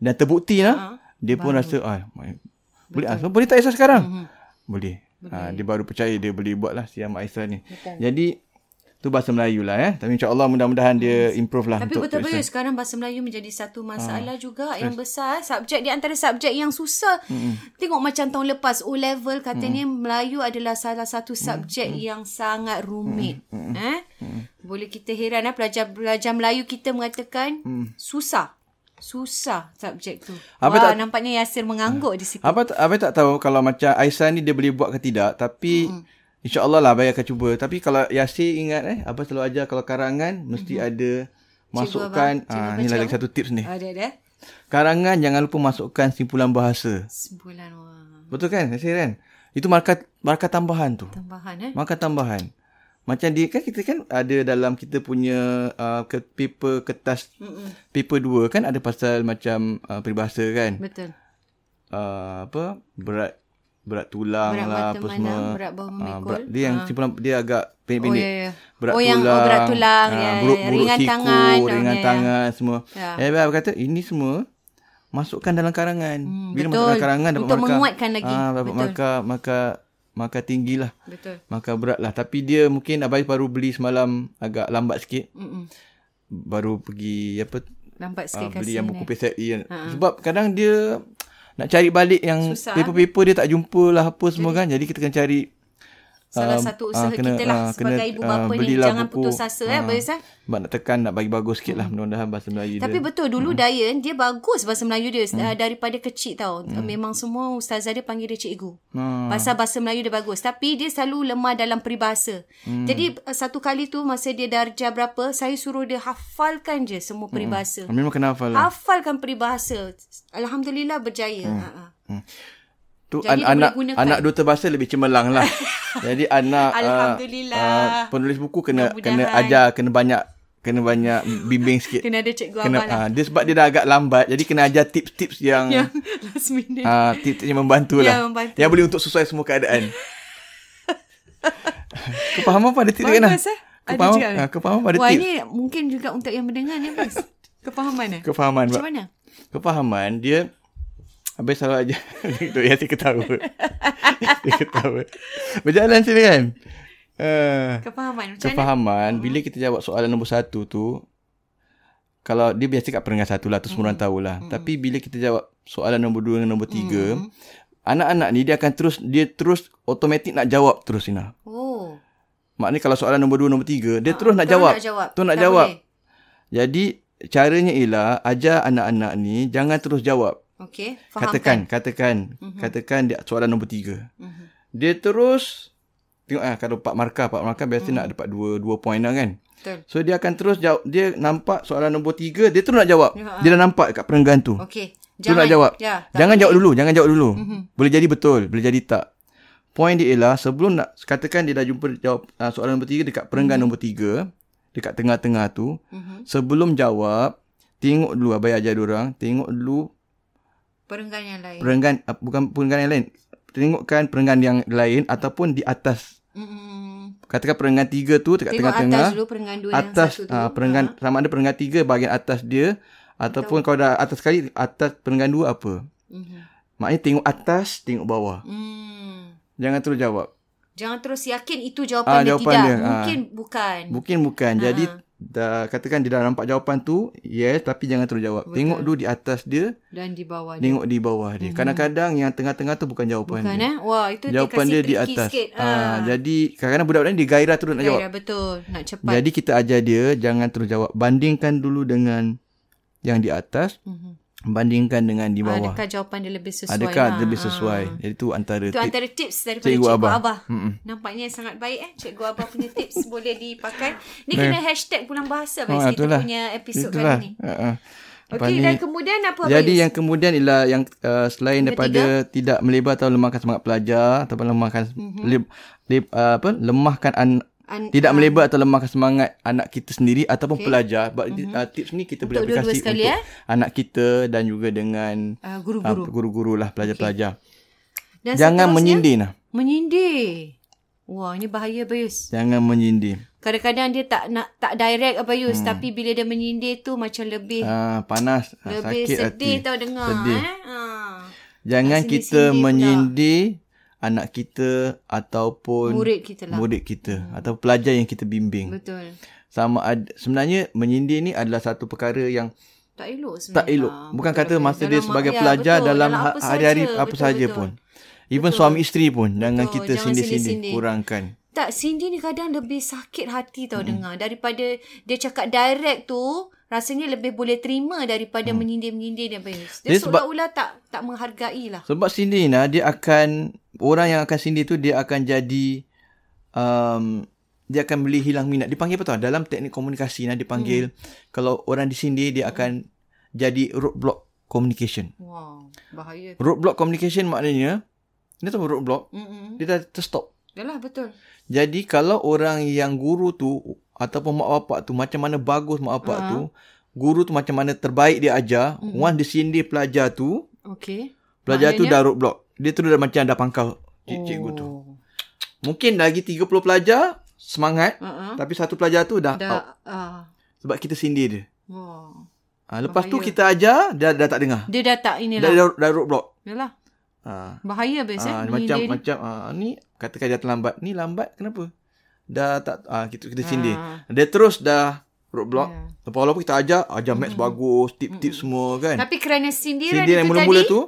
Speaker 2: dan terbukti lah. dia pun rasa ah my- boleh ah, boleh tak Aisyah
Speaker 1: Hmm,
Speaker 2: sekarang? Boleh. Ah, dia baru percaya dia boleh buat lah si Mak Aisyah ni. Jadi tu bahasa Melayu lah eh. Tapi insya-Allah mudah-mudahan dia improve lah
Speaker 1: Tapi
Speaker 2: untuk Ah,
Speaker 1: betul-betul sekarang bahasa Melayu menjadi satu masalah juga yang besar. eh. Subjek di antara subjek yang susah. Tengok macam tahun lepas O level katanya
Speaker 2: Mm.
Speaker 1: Melayu adalah salah satu subjek yang sangat rumit.
Speaker 2: Mm,
Speaker 1: Eh? Boleh kita heran eh pelajar pelajar Melayu kita mengatakan susah. Susah subjek tu.
Speaker 2: Mm. Apa
Speaker 1: Wah,
Speaker 2: tak- Ah.
Speaker 1: nampaknya Yasir mengangguk di situ.
Speaker 2: Abang, tak- abang tak tahu kalau macam Aisyah ni dia boleh buat ke tidak. Tapi mm-hmm. insyaAllah lah abang akan cuba. Tapi kalau Yasir ingat eh. Abang selalu ajar kalau karangan mesti mm-hmm. ada masukkan.
Speaker 1: abang. Cikgu
Speaker 2: ah,
Speaker 1: abang
Speaker 2: ni lah
Speaker 1: cakap.
Speaker 2: lagi satu tips ni.
Speaker 1: Ada ada.
Speaker 2: Karangan jangan lupa masukkan simpulan bahasa.
Speaker 1: Sebulan wah.
Speaker 2: Betul kan Yasir kan? Itu markah, markah tambahan tu.
Speaker 1: Tambahan eh.
Speaker 2: Markah tambahan. Macam dia kan kita kan ada dalam kita punya uh, ke, paper kertas Mm-mm. paper 2 kan ada pasal macam uh, peribahasa kan.
Speaker 1: Betul.
Speaker 2: uh, apa berat berat tulang
Speaker 1: Berat
Speaker 2: lah
Speaker 1: mata
Speaker 2: apa
Speaker 1: mana,
Speaker 2: semua
Speaker 1: berat bawah
Speaker 2: Ah,
Speaker 1: memikul.
Speaker 2: dia yang simpulan dia agak
Speaker 1: Oh
Speaker 2: pendek-pendek
Speaker 1: ya ya.
Speaker 2: berat
Speaker 1: oh
Speaker 2: tulang
Speaker 1: yang oh, berat tulang
Speaker 2: ah,
Speaker 1: ya, ya,
Speaker 2: buruk,
Speaker 1: ya.
Speaker 2: buruk
Speaker 1: ringan
Speaker 2: siku,
Speaker 1: tangan. Oh,
Speaker 2: ringan
Speaker 1: ya, ya.
Speaker 2: tangan semua
Speaker 1: Ya.
Speaker 2: eh abang abang kata ini semua masukkan dalam karangan hmm, bila
Speaker 1: betul.
Speaker 2: masukkan dalam karangan dapat
Speaker 1: Untuk
Speaker 2: markah
Speaker 1: menguatkan lagi.
Speaker 2: ah, dapat
Speaker 1: Betul.
Speaker 2: maka maka maka tinggi lah
Speaker 1: Betul.
Speaker 2: maka berat lah tapi dia mungkin abai baru beli semalam agak lambat sikit
Speaker 1: Mm-mm.
Speaker 2: baru pergi apa
Speaker 1: Lambat sikit eh.
Speaker 2: Ah,
Speaker 1: kasi.
Speaker 2: beli yang buku PSLE kan.
Speaker 1: Ha.
Speaker 2: Sebab kadang dia nak cari balik yang
Speaker 1: kan?
Speaker 2: paper-paper dia tak jumpa lah apa semua kan. Jadi kita kena cari
Speaker 1: Salah
Speaker 2: um,
Speaker 1: satu
Speaker 2: ah,
Speaker 1: usaha
Speaker 2: kena-
Speaker 1: kita lah
Speaker 2: ah,
Speaker 1: sebagai
Speaker 2: kena,
Speaker 1: ibu
Speaker 2: ah,
Speaker 1: bapa ni.
Speaker 2: belilah
Speaker 1: Jangan
Speaker 2: buku.
Speaker 1: putus asa eh,
Speaker 2: Ah,
Speaker 1: Bayus eh.
Speaker 2: Sebab nak tekan, nak bagi bagus sikit lah. Mudah-mudahan bahasa Melayu
Speaker 1: Hmm. Tapi
Speaker 2: dia.
Speaker 1: betul dulu Dayan dia bagus bahasa Melayu dia
Speaker 2: Hmm.
Speaker 1: uh, daripada kecil tau. Memang semua ustazah dia panggil dia cikgu.
Speaker 2: Ah.
Speaker 1: Pasal bahasa Melayu dia bagus. Tapi dia selalu lemah dalam peribahasa.
Speaker 2: Hmm.
Speaker 1: Jadi uh, satu kali tu masa dia darjah berapa saya suruh dia hafalkan je
Speaker 2: Hmm.
Speaker 1: semua peribahasa.
Speaker 2: Memang kena hafal lah.
Speaker 1: Hafalkan peribahasa. Alhamdulillah berjaya.
Speaker 2: Hmm.
Speaker 1: Ha, ha.
Speaker 2: Tu
Speaker 1: Jadi
Speaker 2: an-
Speaker 1: dia boleh
Speaker 2: anak
Speaker 1: gunakan.
Speaker 2: anak duta bahasa lebih cemerlang
Speaker 1: [LAUGHS]
Speaker 2: lah. Jadi anak ah,
Speaker 1: Alhamdulillah.
Speaker 2: ah, penulis buku kena kena
Speaker 1: Mudah-mudahan.
Speaker 2: ajar, kena banyak kena banyak bimbing sikit.
Speaker 1: Kena ada cikgu
Speaker 2: Kena,
Speaker 1: abang lah.
Speaker 2: ah, dia sebab dia dah agak lambat jadi kena ajar tips-tips yang
Speaker 1: Yang [LAUGHS] last minute.
Speaker 2: Ah, tips yang membantu
Speaker 1: Ya,
Speaker 2: lah.
Speaker 1: membantu.
Speaker 2: Yang boleh untuk sesuai semua keadaan. Kau faham apa ada tips kan?
Speaker 1: Bagus eh.
Speaker 2: Kau
Speaker 1: Ada
Speaker 2: faham,
Speaker 1: juga.
Speaker 2: ah, kau faham apa ada
Speaker 1: Wah,
Speaker 2: tips?
Speaker 1: ini mungkin juga untuk yang mendengar ni, Bas. Kefahaman eh?
Speaker 2: Kefahaman.
Speaker 1: Macam
Speaker 2: Bab.
Speaker 1: mana?
Speaker 2: Kefahaman dia habis selalu aja [LAUGHS] untuk Yati ketawa.
Speaker 1: [LAUGHS]
Speaker 2: Yati ketawa. Berjalan sini kan. Ah,
Speaker 1: Kefahaman. Macam mana? Hmm.
Speaker 2: kefahaman bila kita jawab soalan nombor satu tu kalau dia biasa kat perenggan satu lah tu semua orang
Speaker 1: Hmm.
Speaker 2: tahulah tapi bila kita jawab soalan nombor dua dengan nombor tiga
Speaker 1: Hmm.
Speaker 2: anak-anak ni dia akan terus dia terus automatik nak jawab terus Ina
Speaker 1: Oh.
Speaker 2: maknanya kalau soalan nombor dua nombor tiga dia terus nak
Speaker 1: Tuan
Speaker 2: jawab
Speaker 1: Ah, Nak jawab.
Speaker 2: tu nak
Speaker 1: Tak
Speaker 2: jawab
Speaker 1: boleh.
Speaker 2: jadi caranya ialah ajar anak-anak ni jangan terus jawab
Speaker 1: Okey. kan? Fahamkan.
Speaker 2: katakan katakan katakan dia soalan nombor tiga
Speaker 1: Mhm.
Speaker 2: dia terus tengok ah kalau empat markah empat markah biasa
Speaker 1: Hmm.
Speaker 2: nak dapat dua dua point lah kan
Speaker 1: Betul.
Speaker 2: So dia akan terus jawab Dia nampak soalan nombor tiga Dia terus nak jawab
Speaker 1: Ya.
Speaker 2: Dia dah nampak kat perenggan tu
Speaker 1: Okey.
Speaker 2: Terus nak jawab
Speaker 1: Ya. tak boleh.
Speaker 2: Jangan
Speaker 1: Mhm.
Speaker 2: jawab dulu Jangan jawab dulu mm-hmm. Boleh jadi betul Boleh jadi tak Point dia ialah Sebelum nak Katakan dia dah jumpa jawab, ah, Soalan nombor tiga Dekat perenggan mm-hmm. nombor tiga Dekat tengah-tengah tu
Speaker 1: Mhm.
Speaker 2: Sebelum jawab Tengok dulu Abang ajar diorang Tengok dulu
Speaker 1: Perenggan yang lain.
Speaker 2: Perenggan ah, Bukan perenggan yang lain Tengokkan perenggan yang lain Ataupun di atas
Speaker 1: Mm-mm.
Speaker 2: Katakan perenggan tiga tu Dekat
Speaker 1: Mhm, Tengok
Speaker 2: tengah-tengah
Speaker 1: atas dulu perenggan dua yang
Speaker 2: atas
Speaker 1: satu tu. Ha.
Speaker 2: ah, perenggan sama ada perenggan tiga bahagian atas dia ataupun kalau dah atas sekali atas perenggan dua apa
Speaker 1: Mhm.
Speaker 2: maknanya tengok atas tengok bawah
Speaker 1: Hmm.
Speaker 2: jangan terus jawab
Speaker 1: Jangan terus yakin itu
Speaker 2: Ah,
Speaker 1: jawapan dia
Speaker 2: jawapan
Speaker 1: tidak.
Speaker 2: dia, ah.
Speaker 1: Mungkin bukan. Ah.
Speaker 2: mungkin bukan jadi dah katakan dia dah nampak jawapan tu, yes tapi jangan terus jawab. Betul. Tengok dulu di atas dia,
Speaker 1: Dan di bawah dia.
Speaker 2: tengok di bawah dia. Kadang-kadang yang tengah-tengah tu bukan jawapan
Speaker 1: Kan Hmm.
Speaker 2: dia.
Speaker 1: eh? Wah, itu
Speaker 2: Jawapan
Speaker 1: dia kasi
Speaker 2: dia di
Speaker 1: tricky
Speaker 2: atas.
Speaker 1: Sikit. Ah.
Speaker 2: Ha, jadi kadang-kadang budak-budak ni dia gairah terus nak
Speaker 1: Ya,
Speaker 2: jawab.
Speaker 1: dah betul. Nak cepat.
Speaker 2: Jadi kita ajar dia jangan terus jawab. Bandingkan dulu dengan yang di atas,
Speaker 1: Mhm.
Speaker 2: bandingkan dengan
Speaker 1: Ah,
Speaker 2: di bawah.
Speaker 1: Adakah jawapan dia lebih sesuai?
Speaker 2: Adakah
Speaker 1: lah?
Speaker 2: lebih sesuai? Jadi tu antara
Speaker 1: Itu
Speaker 2: tip.
Speaker 1: antara tips daripada Cikgu,
Speaker 2: Cikgu
Speaker 1: Abah.
Speaker 2: Abah.
Speaker 1: Mm-mm. Nampaknya sangat baik eh. Cikgu Abah punya
Speaker 2: [LAUGHS]
Speaker 1: tips boleh dipakai. Ni kena hashtag pulang bahasa
Speaker 2: Ah,
Speaker 1: bagi kita
Speaker 2: itulah.
Speaker 1: punya episod
Speaker 2: Itulah.
Speaker 1: kali ni.
Speaker 2: Ha, ha. Lepas
Speaker 1: Okey,
Speaker 2: ni-
Speaker 1: dan kemudian apa
Speaker 2: Jadi
Speaker 1: Abayus?
Speaker 2: yang kemudian ialah yang uh, selain daripada tidak melebar atau lemahkan semangat pelajar ataupun lemahkan mm-hmm. leb, leb, uh, apa lemahkan an,
Speaker 1: Mhm. An- ah.
Speaker 2: tidak melebar atau lemahkan semangat anak kita sendiri ataupun okay. pelajar. But, mm-hmm. uh, tips ni kita boleh
Speaker 1: Mhm. Untuk dua-dua
Speaker 2: aplikasi
Speaker 1: sekali,
Speaker 2: untuk anak kita dan juga dengan
Speaker 1: Ah,
Speaker 2: ah,
Speaker 1: guru-guru.
Speaker 2: guru-guru lah pelajar-pelajar.
Speaker 1: dan
Speaker 2: Jangan
Speaker 1: seterusnya,
Speaker 2: menyindir lah.
Speaker 1: Menyindir. Wah, ini bahaya Abayus.
Speaker 2: Jangan menyindir.
Speaker 1: Kadang-kadang dia tak nak tak direct apa Yus hmm. tapi bila dia menyindir tu macam lebih
Speaker 2: Ah, panas, ah,
Speaker 1: lebih
Speaker 2: sakit
Speaker 1: sedih
Speaker 2: hati.
Speaker 1: tau dengar
Speaker 2: Sedih.
Speaker 1: eh. Ha.
Speaker 2: Jangan
Speaker 1: Sini-sini
Speaker 2: kita
Speaker 1: pula.
Speaker 2: menyindir anak kita ataupun murid,
Speaker 1: Murid kita lah.
Speaker 2: murid kita hmm. atau pelajar yang kita bimbing.
Speaker 1: Betul.
Speaker 2: sama ad, sebenarnya menyindir ni adalah satu perkara yang
Speaker 1: Tak elok sebenarnya.
Speaker 2: tak elok. Bukan kata
Speaker 1: Ya, betul.
Speaker 2: masa dia
Speaker 1: Dalam-
Speaker 2: sebagai
Speaker 1: ya,
Speaker 2: pelajar
Speaker 1: betul.
Speaker 2: dalam
Speaker 1: Dalam
Speaker 2: ha-
Speaker 1: apa
Speaker 2: hari-hari
Speaker 1: saja.
Speaker 2: apa
Speaker 1: Betul,
Speaker 2: saja
Speaker 1: betul.
Speaker 2: pun. Even suami isteri pun jangan
Speaker 1: Betul.
Speaker 2: kita
Speaker 1: Jangan sindir-sindir.
Speaker 2: sindir-sindir, kurangkan.
Speaker 1: Tak sindir ni kadang lebih sakit hati tau hmm. dengar daripada dia cakap direct tu rasanya lebih boleh terima daripada hmm. menyindir-menyindir dia Yus. Dia
Speaker 2: Dia sebab-
Speaker 1: seolah-olah tak tak menghargai lah.
Speaker 2: Sebab sindir nah dia akan orang yang akan sindir tu dia akan jadi um, dia akan boleh hilang minat. Dipanggil apa tau? Dalam teknik komunikasi nah dipanggil kalau orang disindir dia akan jadi roadblock communication.
Speaker 1: Wow, bahaya.
Speaker 2: Roadblock communication maknanya ni tahu roadblock
Speaker 1: Mm-mm.
Speaker 2: dia dah terstop.
Speaker 1: Yalah betul.
Speaker 2: Jadi kalau orang yang guru tu ataupun mak bapak tu macam mana bagus mak bapak uh-huh. tu, guru tu macam mana terbaik dia ajar, uh-huh. once dia sindir pelajar tu,
Speaker 1: Okey.
Speaker 2: pelajar tu
Speaker 1: Maknanya-
Speaker 2: dah roadblock. Dia tu dah macam dah pangkal cik, cikgu tu.
Speaker 1: Oh.
Speaker 2: Mungkin lagi 30 pelajar semangat,
Speaker 1: Uh-uh.
Speaker 2: tapi satu pelajar tu dah, out
Speaker 1: Dah ah.
Speaker 2: sebab kita sindir dia.
Speaker 1: Wow.
Speaker 2: Ha, lepas tu
Speaker 1: Bahaya.
Speaker 2: kita ajar, dia dah tak dengar.
Speaker 1: Dia dah tak
Speaker 2: Dia
Speaker 1: inilah.
Speaker 2: dah, dah roadblock.
Speaker 1: Yalah.
Speaker 2: Ha.
Speaker 1: Bahaya Ya. biasa.
Speaker 2: Ah,
Speaker 1: Ha,
Speaker 2: macam
Speaker 1: dia, ni.
Speaker 2: macam ah, ni katakan dia terlambat. Ni lambat kenapa? Dah tak ah, kita kita sindir.
Speaker 1: Ah.
Speaker 2: Dia terus dah roadblock.
Speaker 1: Ya. Hmm.
Speaker 2: Lepas walaupun kita ajar, ajar maths bagus, tip-tip semua kan.
Speaker 1: Tapi kerana sindiran,
Speaker 2: Sindir yang
Speaker 1: itu
Speaker 2: mula-mula
Speaker 1: tadi
Speaker 2: tu,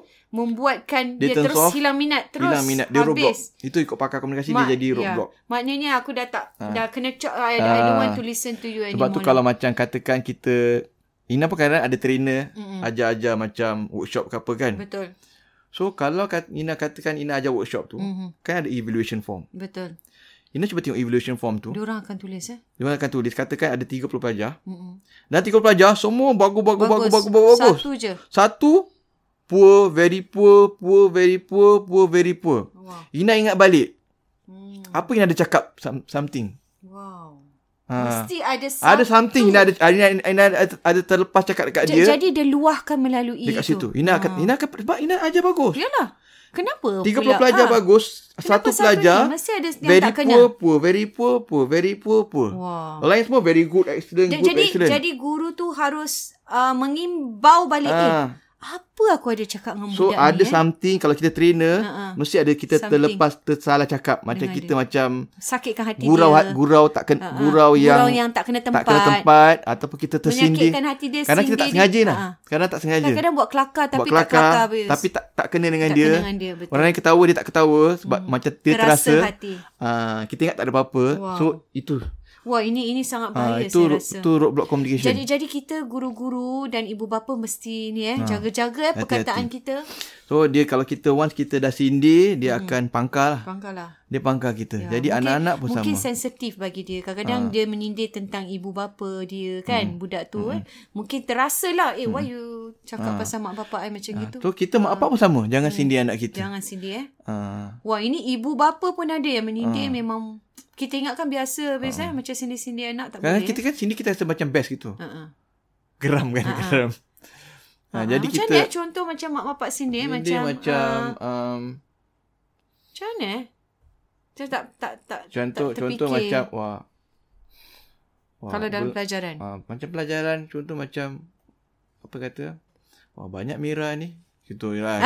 Speaker 1: membuatkan dia,
Speaker 2: dia turns
Speaker 1: terus
Speaker 2: off,
Speaker 1: hilang minat. Terus
Speaker 2: hilang minat. Dia roadblock.
Speaker 1: habis.
Speaker 2: Itu ikut pakar komunikasi,
Speaker 1: Mak-
Speaker 2: dia jadi
Speaker 1: ya.
Speaker 2: roadblock.
Speaker 1: Maknanya aku dah tak dah kena cok I, I don't
Speaker 2: Ah.
Speaker 1: want to listen to you
Speaker 2: Sebab
Speaker 1: anymore.
Speaker 2: tu kalau macam katakan kita, ini apa kadang ada trainer,
Speaker 1: Mm-mm.
Speaker 2: ajar-ajar macam workshop ke apa kan.
Speaker 1: Hmm. betul.
Speaker 2: So kalau kat, Ina katakan Ina ajar workshop tu,
Speaker 1: Mm-hmm.
Speaker 2: kan ada evaluation form.
Speaker 1: Betul.
Speaker 2: Ina cuba tengok evaluation form tu.
Speaker 1: Diorang akan tulis eh.
Speaker 2: Dia orang akan tulis, katakan ada 30 pelajar.
Speaker 1: Mm-mm.
Speaker 2: Dan 30 pelajar, semua bagus, bagus, bagus, bagus, bagus. bagus.
Speaker 1: Satu je.
Speaker 2: Satu, poor, very poor, poor, very poor, poor, very poor.
Speaker 1: Wow.
Speaker 2: Ina ingat balik.
Speaker 1: Hmm.
Speaker 2: Apa yang ada cakap some, something.
Speaker 1: Wow.
Speaker 2: Ha.
Speaker 1: Mesti ada satu.
Speaker 2: Ada something Ina ada Ina, Ina ada, ada terlepas cakap dekat
Speaker 1: Jadi,
Speaker 2: dia
Speaker 1: jadi dia luahkan melalui
Speaker 2: dekat
Speaker 1: itu.
Speaker 2: situ. Ina akan Ina akan sebab Ina ajar bagus.
Speaker 1: Yalah. Kenapa
Speaker 2: 30
Speaker 1: Ah. pula?
Speaker 2: pelajar
Speaker 1: Ah.
Speaker 2: bagus,
Speaker 1: Kenapa
Speaker 2: satu pelajar
Speaker 1: ni? Mesti ada yang
Speaker 2: very
Speaker 1: tak kenyang.
Speaker 2: poor, poor, very poor, poor, very poor, poor.
Speaker 1: Wah.
Speaker 2: Wow. Lain semua very good, excellent,
Speaker 1: Ja-
Speaker 2: good,
Speaker 1: Jadi
Speaker 2: excellent.
Speaker 1: jadi guru tu harus uh, mengimbau balik eh.
Speaker 2: Ah.
Speaker 1: Apa aku ada cakap dengan
Speaker 2: So
Speaker 1: budak
Speaker 2: ada
Speaker 1: ni? eh?
Speaker 2: something kalau kita trainer
Speaker 1: Ha, ha.
Speaker 2: mesti ada kita
Speaker 1: Something.
Speaker 2: terlepas tersalah cakap macam
Speaker 1: Dengan
Speaker 2: kita macam
Speaker 1: Sakitkan hati
Speaker 2: gurau ha-
Speaker 1: dia.
Speaker 2: gurau tak ken,
Speaker 1: Ah, ah.
Speaker 2: gurau yang
Speaker 1: gurau yang tak kena tempat.
Speaker 2: tak kena tempat ataupun kita tersindir.
Speaker 1: Menyakitkan hati dia
Speaker 2: Kadang kita tak
Speaker 1: sindir
Speaker 2: sengaja
Speaker 1: dia.
Speaker 2: lah.
Speaker 1: Ha, ha.
Speaker 2: Kadang tak sengaja.
Speaker 1: Kadang-kadang buat kelakar tapi
Speaker 2: buat kelakar,
Speaker 1: tak kelakar habis.
Speaker 2: tapi tak tak kena dengan
Speaker 1: tak
Speaker 2: dia.
Speaker 1: kena dengan dia betul.
Speaker 2: Orang lain ketawa dia tak ketawa sebab macam dia
Speaker 1: Hmm. Terasa
Speaker 2: terasa.
Speaker 1: hati.
Speaker 2: Ah, kita ingat tak ada apa-apa.
Speaker 1: Wow.
Speaker 2: So itu.
Speaker 1: Wah, ini ini sangat
Speaker 2: Ah,
Speaker 1: bahaya
Speaker 2: itu
Speaker 1: saya
Speaker 2: ro-
Speaker 1: rasa.
Speaker 2: itu roadblock communication.
Speaker 1: Jadi jadi kita guru-guru dan ibu bapa mesti ni eh
Speaker 2: Ha.
Speaker 1: jaga-jaga eh perkataan kita.
Speaker 2: so dia kalau kita once kita dah sindir, dia akan pangkal lah.
Speaker 1: Bangkalah.
Speaker 2: Dia pangkal kita. Jadi
Speaker 1: Hmm. Ya, mungkin-
Speaker 2: anak-anak pun
Speaker 1: mungkin
Speaker 2: sama. Ha.
Speaker 1: sensitif bagi dia. Kadang-kadang dia menyindir tentang ibu bapa dia
Speaker 2: Hmm.
Speaker 1: kan, budak tu eh. Mungkin terasalah eh why you
Speaker 2: Ha.
Speaker 1: cakap pasal mak bapak I macam gitu. Hmm.
Speaker 2: So kita mak bapak pun sama. Jangan sindir anak kita.
Speaker 1: Jangan sindir eh.
Speaker 2: Ah,
Speaker 1: Wah, ini ibu bapa pun ada yang menyindir memang kita ingatkan biasa biasa eh macam sindir-sindir anak tak
Speaker 2: Kadang
Speaker 1: boleh.
Speaker 2: Ah. kita kan sindir kita rasa macam best gitu.
Speaker 1: Ha ah.
Speaker 2: Geram kan, geram.
Speaker 1: Ha,
Speaker 2: Ah, jadi
Speaker 1: macam
Speaker 2: kita
Speaker 1: mana eh, contoh macam mak bapak sindir macam
Speaker 2: sindir macam
Speaker 1: ah,
Speaker 2: um,
Speaker 1: Macam mana? eh? Saya tak tak tak
Speaker 2: contoh
Speaker 1: tak
Speaker 2: contoh
Speaker 1: terfikir
Speaker 2: macam wah. Wah,
Speaker 1: kalau dalam
Speaker 2: bel-
Speaker 1: pelajaran.
Speaker 2: Ha, macam pelajaran contoh macam apa kata? Wah banyak merah ni. Gitu lah.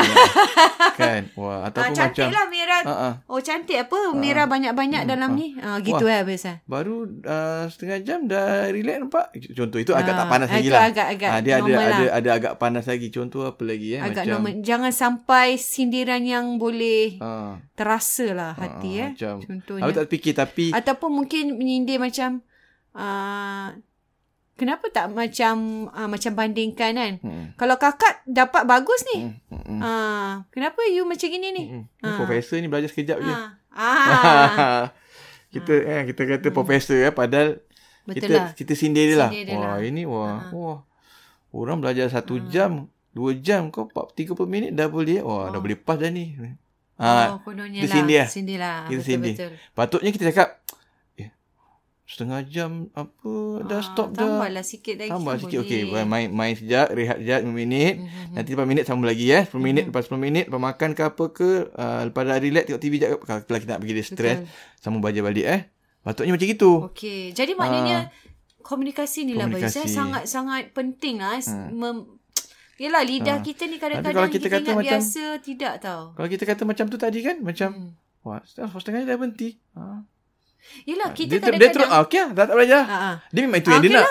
Speaker 1: [LAUGHS]
Speaker 2: kan.
Speaker 1: Ah,
Speaker 2: Wah, ataupun
Speaker 1: cantik
Speaker 2: macam
Speaker 1: lah Mira.
Speaker 2: Ah, ah. Hmm,
Speaker 1: Oh cantik apa Mira banyak-banyak dalam ni. Ah gitu eh biasa.
Speaker 2: Baru uh, setengah jam dah relax nampak. Contoh itu
Speaker 1: Ah,
Speaker 2: agak tak panas lagi
Speaker 1: itu
Speaker 2: lah.
Speaker 1: agak-agak
Speaker 2: Ah, dia ada
Speaker 1: normal lah.
Speaker 2: ada ada agak panas lagi. Contoh apa lagi eh
Speaker 1: Agak
Speaker 2: macam
Speaker 1: normal. Jangan sampai sindiran yang boleh
Speaker 2: ah,
Speaker 1: terasa lah hati
Speaker 2: ah,
Speaker 1: eh.
Speaker 2: Macam
Speaker 1: Contohnya.
Speaker 2: Aku tak fikir tapi
Speaker 1: Ataupun mungkin menyindir macam uh, kenapa tak macam uh, macam bandingkan kan.
Speaker 2: hmm,
Speaker 1: Kalau kakak dapat bagus ni.
Speaker 2: hmm, hmm, hmm.
Speaker 1: Ah, kenapa you macam gini ni?
Speaker 2: Hmm.
Speaker 1: Ah.
Speaker 2: Profesor ni belajar sekejap [LAUGHS] je.
Speaker 1: Ha. Ah. Hmm.
Speaker 2: kita eh kita kata profesor eh padahal
Speaker 1: Betul
Speaker 2: [LAUGHS] kita
Speaker 1: lah.
Speaker 2: kita sindir dia lah.
Speaker 1: Sindir dia lah.
Speaker 2: Wah, ini wah. Wah. Orang belajar satu jam, dua jam kau 40 minit dah boleh. Wah, dah boleh pas dah ni. Ah,
Speaker 1: oh, kononnya
Speaker 2: kita
Speaker 1: lah.
Speaker 2: sindir lah.
Speaker 1: Sindir lah.
Speaker 2: Kita
Speaker 1: betul,
Speaker 2: sindir.
Speaker 1: Betul.
Speaker 2: Patutnya kita cakap eh, setengah jam apa Oh, dah stop dah.
Speaker 1: Ah, Tambahlah sikit Ha, lagi.
Speaker 2: Tambah
Speaker 1: kan
Speaker 2: sikit.
Speaker 1: boleh.
Speaker 2: Okey, well, main main sekejap, rehat sekejap 5 minit.
Speaker 1: Mhm.
Speaker 2: Nanti lepas minit sambung lagi eh. 10
Speaker 1: Hmm.
Speaker 2: minit lepas 10 minit lepas makan ke apa ke, uh, lepas dah relax tengok TV jap kalau kita nak pergi dia stres, sambung belajar balik eh. Patutnya macam gitu.
Speaker 1: Okey. Jadi maknanya komunikasi ni lah Bayus. Eh?
Speaker 2: Ah. Komunikasi.
Speaker 1: Sangat-sangat penting lah. Hmm. Mem- Yelah lidah kita ni
Speaker 2: Ah. kalau
Speaker 1: kadang-kadang
Speaker 2: kita
Speaker 1: kita,
Speaker 2: kata
Speaker 1: ingat
Speaker 2: macam-
Speaker 1: biasa tidak tau.
Speaker 2: Kalau kita kata macam tu tadi kan, macam
Speaker 1: Hmm.
Speaker 2: wah, setengah setengah dah berhenti. Ha.
Speaker 1: Yelah kita
Speaker 2: Dia ter, dia terus
Speaker 1: kadang-kadang.
Speaker 2: ah, okey lah, dah tak belajar.
Speaker 1: Ah, ah.
Speaker 2: Dia memang itu yang
Speaker 1: Ah,
Speaker 2: dia
Speaker 1: okey
Speaker 2: nak.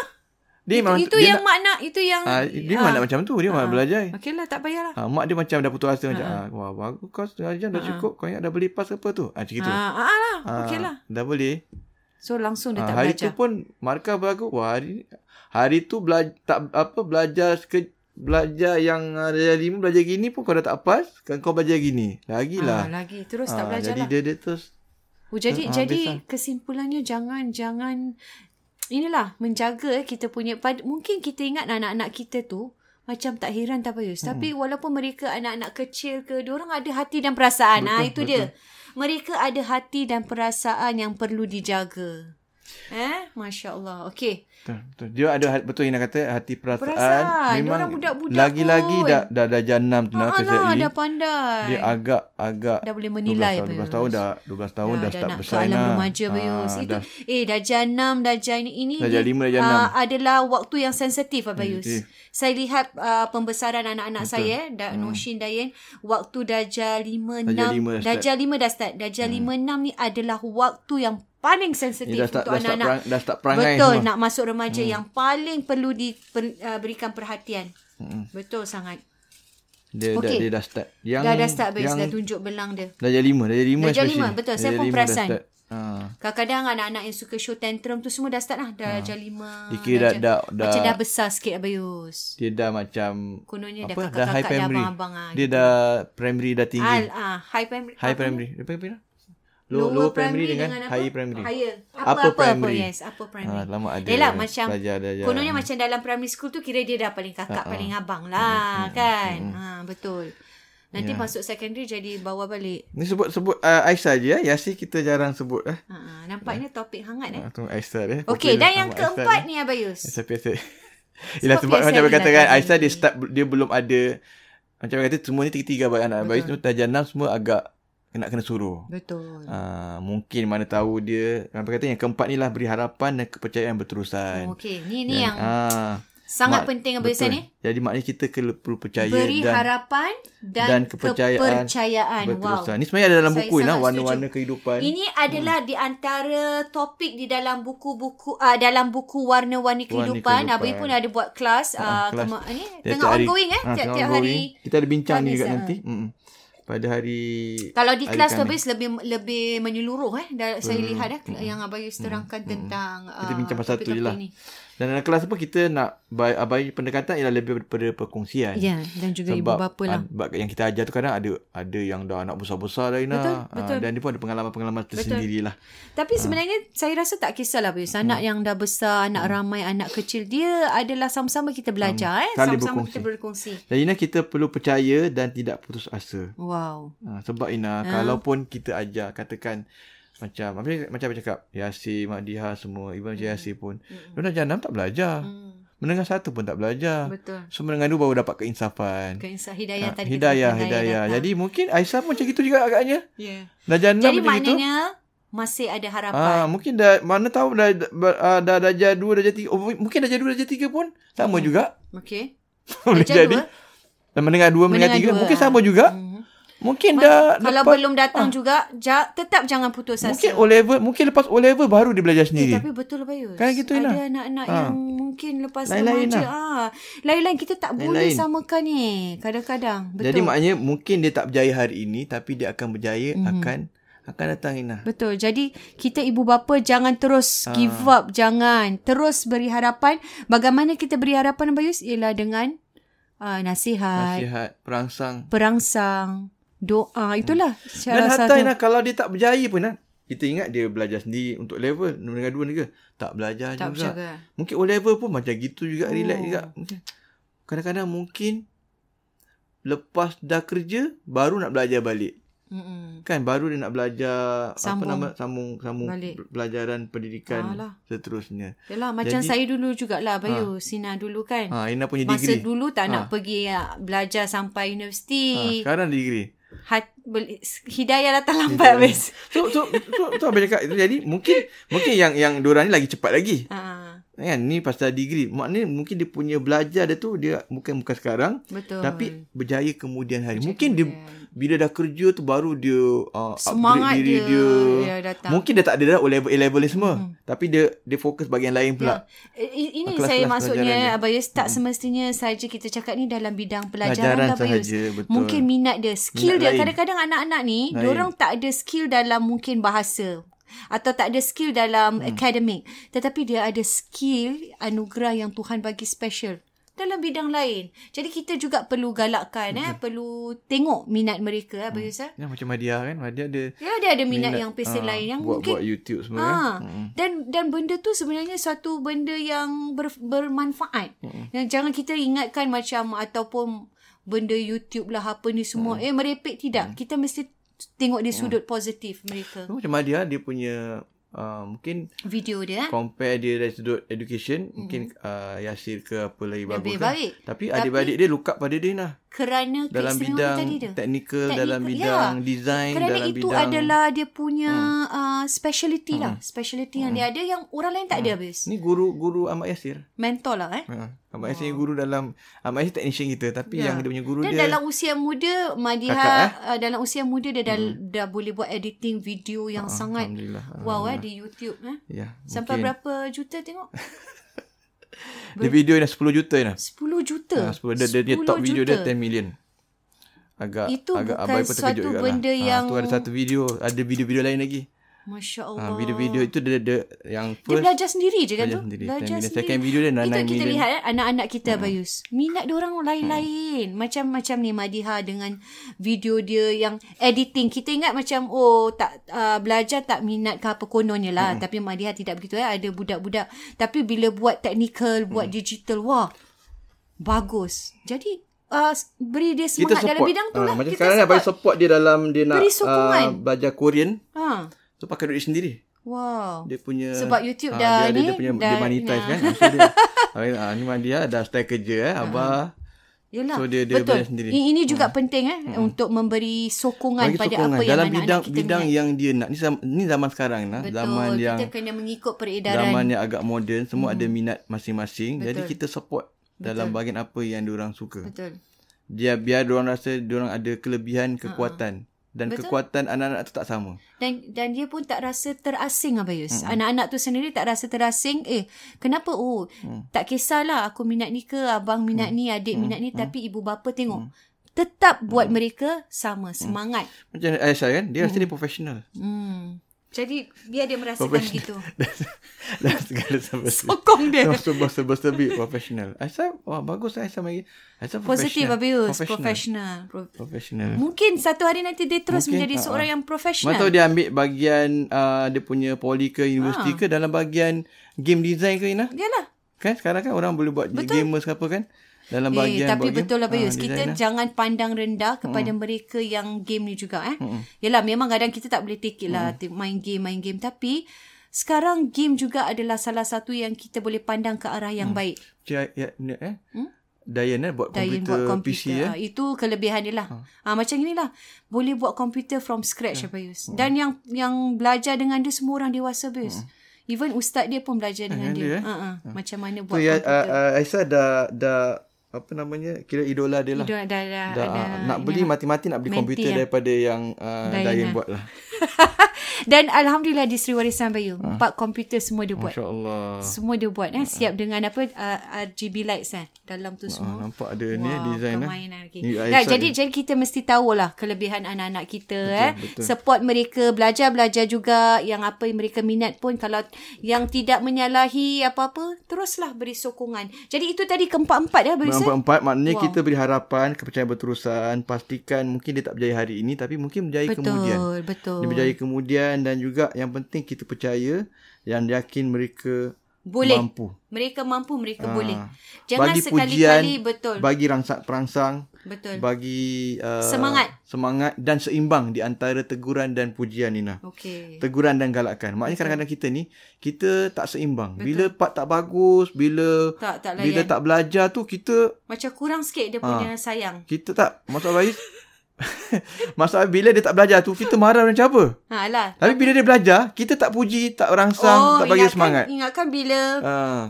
Speaker 2: Dia memang
Speaker 1: Itu
Speaker 2: dia
Speaker 1: yang
Speaker 2: nak,
Speaker 1: makna. Itu yang.
Speaker 2: ah, dia memang nak macam tu, dia memang nak belajar.
Speaker 1: Okey lah tak payahlah.
Speaker 2: Ha, mak dia macam dah putus asa macam ah, wah bagus kau setengah jam dah cukup kau ingat dah boleh pas apa tu. Ah macam gitu.
Speaker 1: Ah, ah, ah lah.
Speaker 2: Ah,
Speaker 1: Okey lah.
Speaker 2: Dah boleh.
Speaker 1: So langsung dia
Speaker 2: Ha,
Speaker 1: tak
Speaker 2: hari
Speaker 1: belajar.
Speaker 2: tu pun markah bagus. Wah, hari hari tu belajar tak apa belajar seke, belajar yang ah, belajar lima belajar gini pun kau dah tak pas, kan kau belajar gini.
Speaker 1: Ah,
Speaker 2: Lagilah.
Speaker 1: lagi terus
Speaker 2: Ha,
Speaker 1: tak belajar
Speaker 2: jadi
Speaker 1: lah.
Speaker 2: dia dia terus
Speaker 1: Oh, jadi
Speaker 2: Ah,
Speaker 1: uh,
Speaker 2: ah,
Speaker 1: jadi
Speaker 2: biasa.
Speaker 1: kesimpulannya jangan jangan inilah menjaga eh kita punya pad, mungkin kita ingat anak-anak kita tu macam tak heran tak payus hmm. tapi walaupun mereka anak-anak kecil ke diorang ada hati dan perasaan ah ha, itu betul. dia mereka ada hati dan perasaan yang perlu dijaga eh masya-Allah okey
Speaker 2: Betul, betul. Dia ada hat- betul Ina kata hati perasaan,
Speaker 1: Perasaan. Dia
Speaker 2: memang
Speaker 1: orang budak-budak
Speaker 2: lagi-lagi
Speaker 1: pun.
Speaker 2: dah dah dah janam tu nak
Speaker 1: alah
Speaker 2: kerja
Speaker 1: Ah, lah, dah pandai
Speaker 2: dia agak agak
Speaker 1: dah boleh
Speaker 2: 12
Speaker 1: menilai
Speaker 2: tahun, 12
Speaker 1: Payus.
Speaker 2: tahun dah 12 tahun dah,
Speaker 1: Ya, dah
Speaker 2: start
Speaker 1: nak
Speaker 2: besar
Speaker 1: ke alam
Speaker 2: Ina.
Speaker 1: remaja Bayus.
Speaker 2: Ah,
Speaker 1: itu
Speaker 2: dah
Speaker 1: eh darjah 6 darjah ini ini
Speaker 2: Darjah
Speaker 1: ni,
Speaker 2: lima, darjah
Speaker 1: ah,
Speaker 2: enam.
Speaker 1: adalah waktu yang sensitif ah, Bayus.
Speaker 2: Sensitif.
Speaker 1: Saya lihat uh, pembesaran anak-anak saya eh da, hmm. Noshin Dayen waktu darjah 5
Speaker 2: Darjah lima
Speaker 1: 6
Speaker 2: dah
Speaker 1: darjah 5 dah start. Darjah 5 6 ni adalah waktu yang paling
Speaker 2: ni
Speaker 1: sensitif
Speaker 2: dah start
Speaker 1: untuk
Speaker 2: dah start
Speaker 1: anak-anak
Speaker 2: perang, dah start perangai
Speaker 1: Betul,
Speaker 2: semua.
Speaker 1: nak masuk remaja hmm. yang paling perlu diberikan perhatian. Hmm. Betul sangat.
Speaker 2: Dia dah
Speaker 1: Okey.
Speaker 2: dia dah start. Yang
Speaker 1: dah dah start Bayus,
Speaker 2: yang
Speaker 1: dah tunjuk belang dia.
Speaker 2: darjah 5, darjah 5
Speaker 1: Darjah lima, betul. Saya pun perasan. Ah,
Speaker 2: Ha.
Speaker 1: Kadang-kadang anak-anak yang suka show tantrum tu semua dah start lah. Darjah lima.
Speaker 2: Dia kira Ah. dah
Speaker 1: darjah-
Speaker 2: dah, dah,
Speaker 1: Macam dah besar sikit Abayus.
Speaker 2: dia dah macam
Speaker 1: Kononnya dah
Speaker 2: apa
Speaker 1: kakak-kakak
Speaker 2: dah high
Speaker 1: dah
Speaker 2: primary.
Speaker 1: abang-abang ah,
Speaker 2: Dia dah primary dah tinggi.
Speaker 1: Al, ah, high primary.
Speaker 2: High
Speaker 1: apa?
Speaker 2: primary. Dia panggil apa? Low, lower primary dengan,
Speaker 1: apa?
Speaker 2: high primary.
Speaker 1: Higher. Apa,
Speaker 2: Upper
Speaker 1: upper apa, primary.
Speaker 2: primary.
Speaker 1: Apa, yes, upper primary.
Speaker 2: Ah, lama ada
Speaker 1: Yelah, macam,
Speaker 2: pelajar ada je.
Speaker 1: kononnya macam dalam primary school tu kira dia dah paling
Speaker 2: Ah,
Speaker 1: kakak, paling abang lah kan. Ha, betul. Nanti
Speaker 2: Ya.
Speaker 1: masuk secondary jadi bawa balik.
Speaker 2: Ni sebut sebut uh, Aisyah je ya. Yasi kita jarang sebut eh.
Speaker 1: Ha, Ha, nampaknya topik hangat eh.
Speaker 2: Ah, tu Aisyah eh.
Speaker 1: Okey, dan yang
Speaker 2: Nama Aisyah
Speaker 1: keempat
Speaker 2: ni.
Speaker 1: ni Abayus.
Speaker 2: Aisyah biasa. Ialah sebab
Speaker 1: biasa
Speaker 2: macam
Speaker 1: ni
Speaker 2: berkata
Speaker 1: lah
Speaker 2: kan
Speaker 1: tadi.
Speaker 2: Aisyah dia start dia belum ada macam kata semua ni tiga-tiga abang anak bayi semua tajam enam semua agak nak kena suruh.
Speaker 1: Betul.
Speaker 2: Ah, mungkin mana tahu dia apa kata yang keempat ni lah beri harapan dan kepercayaan berterusan.
Speaker 1: Oh, Okey, ni ni yang
Speaker 2: kan. ah,
Speaker 1: sangat
Speaker 2: mak-
Speaker 1: penting Abayus
Speaker 2: betul.
Speaker 1: ni.
Speaker 2: Jadi maknanya kita kena perlu percaya
Speaker 1: beri
Speaker 2: dan
Speaker 1: harapan dan,
Speaker 2: dan kepercayaan
Speaker 1: kepercayaan. Wow.
Speaker 2: berterusan. Ni sebenarnya ada dalam
Speaker 1: Saya
Speaker 2: buku ni lah
Speaker 1: sangat
Speaker 2: warna-warna kehidupan.
Speaker 1: Ini adalah
Speaker 2: Hmm.
Speaker 1: di antara topik di dalam buku-buku uh, dalam buku warna-warni kehidupan.
Speaker 2: kehidupan.
Speaker 1: Abang pun ada buat kelas uh,
Speaker 2: Ah, kelas.
Speaker 1: kema- ni
Speaker 2: Tiap-tiap
Speaker 1: tengah
Speaker 2: hari-
Speaker 1: ongoing eh
Speaker 2: Ah, tengah
Speaker 1: tiap-tiap
Speaker 2: ongoing.
Speaker 1: hari.
Speaker 2: Kita ada bincang ni
Speaker 1: Khamis,
Speaker 2: juga
Speaker 1: ah.
Speaker 2: nanti. Mm-mm. Pada hari
Speaker 1: Kalau di
Speaker 2: hari Hmm,
Speaker 1: kelas tu
Speaker 2: Khamis.
Speaker 1: habis lebih lebih menyeluruh eh Dah, saya lihat eh yang Abang Yus terangkan tentang
Speaker 2: Hmm, Kita
Speaker 1: ah,
Speaker 2: bincang pasal tu
Speaker 1: topik-topik
Speaker 2: je lah.
Speaker 1: ni.
Speaker 2: Dan dalam kelas apa kita nak bay- abai pendekatan ialah lebih daripada perkongsian.
Speaker 1: Ya dan juga ibu bapa lah.
Speaker 2: ah, Sebab yang kita ajar tu kadang ada ada yang dah anak besar-besar dah Ina.
Speaker 1: Betul,
Speaker 2: Ah,
Speaker 1: betul.
Speaker 2: dan dia pun ada pengalaman-pengalaman lah. tersendirilah.
Speaker 1: Tapi
Speaker 2: Ah.
Speaker 1: sebenarnya saya rasa tak kisahlah Bayus. Anak
Speaker 2: Hmm.
Speaker 1: yang dah besar, anak ramai, anak kecil. Dia adalah sama-sama kita belajar. Eh.
Speaker 2: saling
Speaker 1: Sama-sama
Speaker 2: berkongsi.
Speaker 1: kita berkongsi.
Speaker 2: Dan Ina kita perlu percaya dan tidak putus asa.
Speaker 1: Wow.
Speaker 2: Ha, sebab
Speaker 1: Ah.
Speaker 2: Ina, ha. kalaupun kita ajar, katakan macam apa yang- macam apa cakap, Yasir, Mak Diha semua, even macam Yasir pun.
Speaker 1: Mm.
Speaker 2: Hmm. Dia jangan tak belajar.
Speaker 1: Hmm,
Speaker 2: Menengah satu pun tak belajar.
Speaker 1: betul.
Speaker 2: So menengah dua baru dapat keinsafan.
Speaker 1: Keinsaf hidayah
Speaker 2: Ha,
Speaker 1: tadi. kita
Speaker 2: hidayah,
Speaker 1: kata
Speaker 2: hidayah.
Speaker 1: datang.
Speaker 2: Jadi mungkin Aisyah pun macam gitu juga agaknya.
Speaker 1: yeah.
Speaker 2: Dah janam
Speaker 1: Jadi
Speaker 2: macam gitu.
Speaker 1: maknanya masih ada harapan.
Speaker 2: Ah, mungkin dah mana tahu dah dah, dah darjah 2 darjah 3 oh, mungkin darjah 2 darjah 3 pun sama juga [LAUGHS]
Speaker 1: Okey. Hmm.
Speaker 2: boleh
Speaker 1: Darjah
Speaker 2: jadi.
Speaker 1: dua.
Speaker 2: Dan mendengar dua,
Speaker 1: Mendengar
Speaker 2: mendengar, tiga.
Speaker 1: dua,
Speaker 2: Mungkin
Speaker 1: ah.
Speaker 2: sama juga. Mungkin dah
Speaker 1: Kalau
Speaker 2: lepas,
Speaker 1: belum datang juga, ja, tetap jangan putus asa. Eh,
Speaker 2: mungkin O level, mungkin lepas O level baru dia belajar sendiri.
Speaker 1: Tapi betul Bayus.
Speaker 2: Kan gitu
Speaker 1: Ada
Speaker 2: lah.
Speaker 1: anak-anak
Speaker 2: Ha.
Speaker 1: yang mungkin lepas
Speaker 2: Lain-lain lah.
Speaker 1: remaja. Ah. Lain-lain kita tak boleh
Speaker 2: Lain-lain.
Speaker 1: samakan ni. Kadang-kadang. Betul.
Speaker 2: Jadi maknanya mungkin dia tak berjaya hari ini tapi dia akan berjaya
Speaker 1: Mhm.
Speaker 2: akan akan datang Ina.
Speaker 1: Betul. Jadi kita ibu bapa jangan
Speaker 2: Ah.
Speaker 1: terus give up, jangan terus beri harapan. Bagaimana kita beri harapan Bayus ialah dengan uh, nasihat, nasihat,
Speaker 2: Nasihat, perangsang.
Speaker 1: perangsang, doa. Itulah
Speaker 2: Hmm. Dan
Speaker 1: cara
Speaker 2: hatta
Speaker 1: satu.
Speaker 2: Ina kalau dia tak berjaya pun Ina, kita ingat dia belajar sendiri untuk level dengan dua negara. Tak belajar
Speaker 1: Tak
Speaker 2: juga.
Speaker 1: berjaga.
Speaker 2: Mungkin O level pun macam gitu juga, relax
Speaker 1: Oh.
Speaker 2: juga. Mungkin- Kadang-kadang mungkin lepas dah kerja baru nak belajar balik.
Speaker 1: Mm-mm.
Speaker 2: Kan baru dia nak belajar
Speaker 1: Sambung.
Speaker 2: apa nama sambung sambung
Speaker 1: Balik.
Speaker 2: pelajaran pendidikan
Speaker 1: Alah.
Speaker 2: seterusnya.
Speaker 1: Yalah, macam
Speaker 2: Jadi-
Speaker 1: saya dulu jugalah Bayu. Sina dulu kan.
Speaker 2: Ha Ina punya
Speaker 1: Masa
Speaker 2: degree.
Speaker 1: dulu tak
Speaker 2: Ha.
Speaker 1: nak pergi ah, belajar sampai
Speaker 2: ha,
Speaker 1: universiti.
Speaker 2: sekarang degree.
Speaker 1: Hat, beli, hidayah datang lambat Bayus.
Speaker 2: So so so, so apa cakap itu jadi mungkin mungkin yang yang diorang ni lagi cepat lagi.
Speaker 1: Ah,
Speaker 2: Kan ni pasal degree. Maknanya mungkin dia punya belajar dia tu dia bukan bukan sekarang
Speaker 1: betul.
Speaker 2: tapi berjaya kemudian hari. mungkin dia bila dah kerja tu baru dia uh, upgrade
Speaker 1: semangat dia, Ya,
Speaker 2: diri dia.
Speaker 1: dia datang.
Speaker 2: Mungkin dia tak ada dah O level A level ni semua. Hmm. Tapi dia dia fokus bahagian lain pula.
Speaker 1: Eh, i- Ini
Speaker 2: Kelas-kelas
Speaker 1: saya maksudnya
Speaker 2: pelajaran
Speaker 1: Abang Yus tak semestinya saja kita cakap ni dalam bidang
Speaker 2: Hmm. Pelajaran
Speaker 1: pelajaran, lah, Abang Yus.
Speaker 2: sahaja, betul.
Speaker 1: Mungkin minat dia, skill
Speaker 2: Minat
Speaker 1: dia.
Speaker 2: lain.
Speaker 1: Kadang-kadang anak-anak ni,
Speaker 2: Lain.
Speaker 1: orang tak ada skill dalam mungkin bahasa atau tak ada skill dalam hmm. akademik. Tetapi dia ada skill anugerah yang Tuhan bagi special dalam bidang lain. Jadi kita juga perlu galakkan eh, perlu tengok minat mereka eh, Abang Yus. Eh?
Speaker 2: Ya, macam Madia kan. Madia ada
Speaker 1: Ya dia ada minat, yang pesen
Speaker 2: ah,
Speaker 1: lain yang
Speaker 2: buat,
Speaker 1: mungkin
Speaker 2: buat YouTube semua kan.
Speaker 1: Ha. Dan dan benda tu sebenarnya suatu benda yang ber, bermanfaat. Yang Jangan kita ingatkan macam ataupun benda YouTube lah apa ni semua. Eh merepek tidak. Kita mesti tengok
Speaker 2: Mm.
Speaker 1: di sudut positif mereka.
Speaker 2: So, macam Madia dia punya uh, mungkin
Speaker 1: Video dia eh.
Speaker 2: compare dia dari sudut education mm-hmm. mungkin uh, Yasir ke apa lagi bagus
Speaker 1: Hmm. Lebih
Speaker 2: lah.
Speaker 1: baik.
Speaker 2: tapi adik-adik dia look up pada dia nah
Speaker 1: kerana
Speaker 2: dalam bidang
Speaker 1: keistimewaan tadi dia.
Speaker 2: teknikal
Speaker 1: Teknikal,
Speaker 2: dalam
Speaker 1: ya.
Speaker 2: bidang design
Speaker 1: Kerana
Speaker 2: dalam
Speaker 1: itu
Speaker 2: bidang Mm.
Speaker 1: adalah dia punya uh, speciality lah. Speciality yang dia ada yang orang lain
Speaker 2: Mm.
Speaker 1: tak ada habis.
Speaker 2: ni guru guru Ahmad Yasir
Speaker 1: Mentor lah eh.
Speaker 2: ha. Ahmad Yasir guru dalam Ahmad Yasir technician kita tapi yang dia punya guru
Speaker 1: Ya. Dan
Speaker 2: dia
Speaker 1: dalam usia muda Madiha
Speaker 2: Kakak, Mm.
Speaker 1: Kakak, eh? dalam usia muda dia dah, hmm. dah boleh buat editing video yang sangat
Speaker 2: alhamdulillah ha.
Speaker 1: wow eh di YouTube eh.
Speaker 2: ya
Speaker 1: Sampai
Speaker 2: mungkin.
Speaker 1: berapa juta tengok?
Speaker 2: dia video dah 10 juta dah
Speaker 1: 10 juta.
Speaker 2: ha, 10 dia, dia, dia
Speaker 1: 10
Speaker 2: top video dia
Speaker 1: juta.
Speaker 2: 10 million agak
Speaker 1: Itu
Speaker 2: agak
Speaker 1: bukan
Speaker 2: abai pun terkejut
Speaker 1: suatu
Speaker 2: juga
Speaker 1: benda
Speaker 2: lah.
Speaker 1: yang-
Speaker 2: ha, tu ada satu video ada video-video lain lagi
Speaker 1: Masya
Speaker 2: ha,
Speaker 1: Allah.
Speaker 2: video-video itu dia, dia yang
Speaker 1: Oh. Dia
Speaker 2: first
Speaker 1: belajar sendiri je kan
Speaker 2: Belajar
Speaker 1: tu?
Speaker 2: sendiri. 10 million. Second video dia
Speaker 1: Itu
Speaker 2: 9
Speaker 1: kita
Speaker 2: million.
Speaker 1: lihat eh, anak-anak kita hmm. Bayus. Minat dia orang lain-lain.
Speaker 2: Hmm.
Speaker 1: Macam-macam ni Madiha dengan video dia yang editing. Kita ingat macam oh tak uh, belajar tak minat ke apa kononnya lah. Hmm. Tapi Madiha tidak begitu eh. Ada budak-budak. Tapi bila buat technical,
Speaker 2: Hmm.
Speaker 1: buat digital, wah bagus. Jadi uh, beri dia semangat dalam bidang tu
Speaker 2: Ah,
Speaker 1: lah.
Speaker 2: Macam sekarang support. bagi support dia dalam dia nak
Speaker 1: Beri sokongan.
Speaker 2: ah, belajar Korean.
Speaker 1: Ha.
Speaker 2: So pakai duit sendiri.
Speaker 1: Wow.
Speaker 2: Dia punya
Speaker 1: Sebab YouTube dah
Speaker 2: ah,
Speaker 1: ni,
Speaker 2: dia, dia, dia punya
Speaker 1: dah-
Speaker 2: dia monetize
Speaker 1: nah.
Speaker 2: kan. Ah, So
Speaker 1: [LAUGHS]
Speaker 2: dia ah, ni mah dia dah style kerja eh abah.
Speaker 1: Yelah.
Speaker 2: So, dia- dia
Speaker 1: Betul.
Speaker 2: belajar sendiri. Hmm.
Speaker 1: I- Ini juga penting eh untuk memberi sokongan
Speaker 2: Bagi
Speaker 1: pada
Speaker 2: sokongan
Speaker 1: apa yang
Speaker 2: dalam
Speaker 1: anak-anak
Speaker 2: bidang
Speaker 1: kita
Speaker 2: bidang
Speaker 1: minat.
Speaker 2: yang dia nak. Ni zaman, ni zaman sekarang lah.
Speaker 1: Betul.
Speaker 2: Zaman
Speaker 1: kita Hmm.
Speaker 2: yang
Speaker 1: kena mengikut peredaran.
Speaker 2: zaman yang agak moden, semua ada minat masing-masing. Jadi kita support dalam bahagian apa yang diorang suka.
Speaker 1: Betul.
Speaker 2: Dia biar diorang rasa diorang ada kelebihan kekuatan dan kekuatan anak-anak tu tak sama.
Speaker 1: Dan dan dia pun tak rasa terasing Abayus. Hmm. Anak-anak tu sendiri tak rasa terasing. Eh, kenapa? Oh, hmm. tak kisahlah aku minat ni ke, abang minat hmm. ni, adik hmm. minat ni. Hmm. Tapi ibu bapa tengok. Hmm. Tetap
Speaker 2: Hmm.
Speaker 1: buat mereka sama, semangat.
Speaker 2: Macam Aisyah kan, dia rasa dia [LAUGHS] profesional.
Speaker 1: Hmm. Jadi, biar dia merasakan
Speaker 2: [LAUGHS]
Speaker 1: gitu.
Speaker 2: dan, dan Lah, segala
Speaker 1: [LAUGHS]
Speaker 2: serba-serbi.
Speaker 1: Sokong dia.
Speaker 2: Semua serba-serbi profesional. Aisyah, wah bagus lah Aisyah bagi. Aisyah
Speaker 1: Positif
Speaker 2: profesional.
Speaker 1: Abayus. Professional. Pro-
Speaker 2: Profesional.
Speaker 1: Mungkin satu hari nanti dia terus
Speaker 2: Eh. Mungkin,
Speaker 1: menjadi
Speaker 2: ha,
Speaker 1: seorang yang
Speaker 2: Mana
Speaker 1: profesional.
Speaker 2: tahu dia ambil bahagian uh, dia punya poli ke
Speaker 1: Ah.
Speaker 2: universiti ke dalam bahagian game design ke Ina?
Speaker 1: Yalah.
Speaker 2: Kan sekarang kan orang boleh buat gamers ke apa kan? Dalam
Speaker 1: Eh,
Speaker 2: bahagian
Speaker 1: tapi
Speaker 2: buat game.
Speaker 1: betul lah Bayus.
Speaker 2: Ah,
Speaker 1: kita
Speaker 2: design lah.
Speaker 1: jangan pandang rendah kepada mereka yang game ni juga. Eh. Yalah, memang kadang kita tak boleh take it lah. t- Main game, main game. Tapi sekarang game juga adalah salah satu yang kita boleh pandang ke arah yang baik.
Speaker 2: Macam, ya, ni, eh? Diane eh, buat
Speaker 1: Dayan
Speaker 2: komputer,
Speaker 1: Hmm? buat
Speaker 2: PC
Speaker 1: komputer.
Speaker 2: eh.
Speaker 1: Ah, Itu kelebihan dia lah. Ha. macam inilah. Boleh buat komputer from scratch ya. Bayus.
Speaker 2: Mm.
Speaker 1: Dan yang yang belajar dengan dia semua orang dewasa Bayus. Even ustaz dia pun belajar dengan
Speaker 2: dengan
Speaker 1: dia.
Speaker 2: dia, eh?
Speaker 1: Ha, ha. Macam mana buat
Speaker 2: So ya
Speaker 1: komputer.
Speaker 2: uh, uh, Aisyah dah dah apa namanya kira idola dia lah.
Speaker 1: Dah, dah, dah,
Speaker 2: Dah,
Speaker 1: dah,
Speaker 2: nak beli mati-mati nak beli
Speaker 1: Menti
Speaker 2: komputer
Speaker 1: lah.
Speaker 2: daripada yang uh,
Speaker 1: Dayana.
Speaker 2: Dayan buat lah.
Speaker 1: [LAUGHS] Dan Alhamdulillah di Seri Warisan Bayu.
Speaker 2: Ah.
Speaker 1: Empat komputer semua dia buat.
Speaker 2: Masya Allah.
Speaker 1: Semua dia buat. Eh? Siap dengan apa uh, RGB lights eh? dalam tu
Speaker 2: Ah, Ah,
Speaker 1: semua.
Speaker 2: nampak ada ni design lah.
Speaker 1: permainan lagi.
Speaker 2: Ni
Speaker 1: Nah,
Speaker 2: Aisyah
Speaker 1: jadi
Speaker 2: ni.
Speaker 1: jadi kita mesti tahulah kelebihan anak-anak kita betul, eh.
Speaker 2: betul.
Speaker 1: Betul. Support mereka belajar-belajar juga yang apa yang mereka minat pun kalau yang tidak menyalahi apa-apa teruslah beri sokongan. Jadi itu tadi keempat-empat ya Abang Yusuf.
Speaker 2: Empat-empat maknanya
Speaker 1: Wow.
Speaker 2: kita beri harapan, kepercayaan berterusan, pastikan mungkin dia tak berjaya hari ini tapi mungkin berjaya kemudian.
Speaker 1: Betul, betul.
Speaker 2: Dia berjaya kemudian dan juga yang penting kita percaya yang yakin mereka
Speaker 1: Boleh.
Speaker 2: mampu.
Speaker 1: Mereka mampu, mereka boleh.
Speaker 2: Ah.
Speaker 1: Jangan
Speaker 2: bagi pujian,
Speaker 1: sekali-kali betul.
Speaker 2: bagi rangsang perangsang,
Speaker 1: betul.
Speaker 2: bagi uh,
Speaker 1: Semangat.
Speaker 2: semangat dan seimbang di antara teguran dan pujian Nina.
Speaker 1: Okey.
Speaker 2: Teguran dan galakan. Maknanya kadang-kadang kita ni kita tak seimbang. Bila part tak bagus, bila
Speaker 1: Tak tak
Speaker 2: bila
Speaker 1: layan.
Speaker 2: tak Ah. belajar tu kita
Speaker 1: Macam kurang sikit dia punya sayang.
Speaker 2: kita tak maksud Abais [LAUGHS] maksud bila dia tak belajar tu kita marah macam apa.
Speaker 1: Ha lah.
Speaker 2: Tapi bila dia belajar, kita tak puji, tak rangsang, tak bagi
Speaker 1: ingatkan,
Speaker 2: semangat.
Speaker 1: Ingatkan bila
Speaker 2: Ah.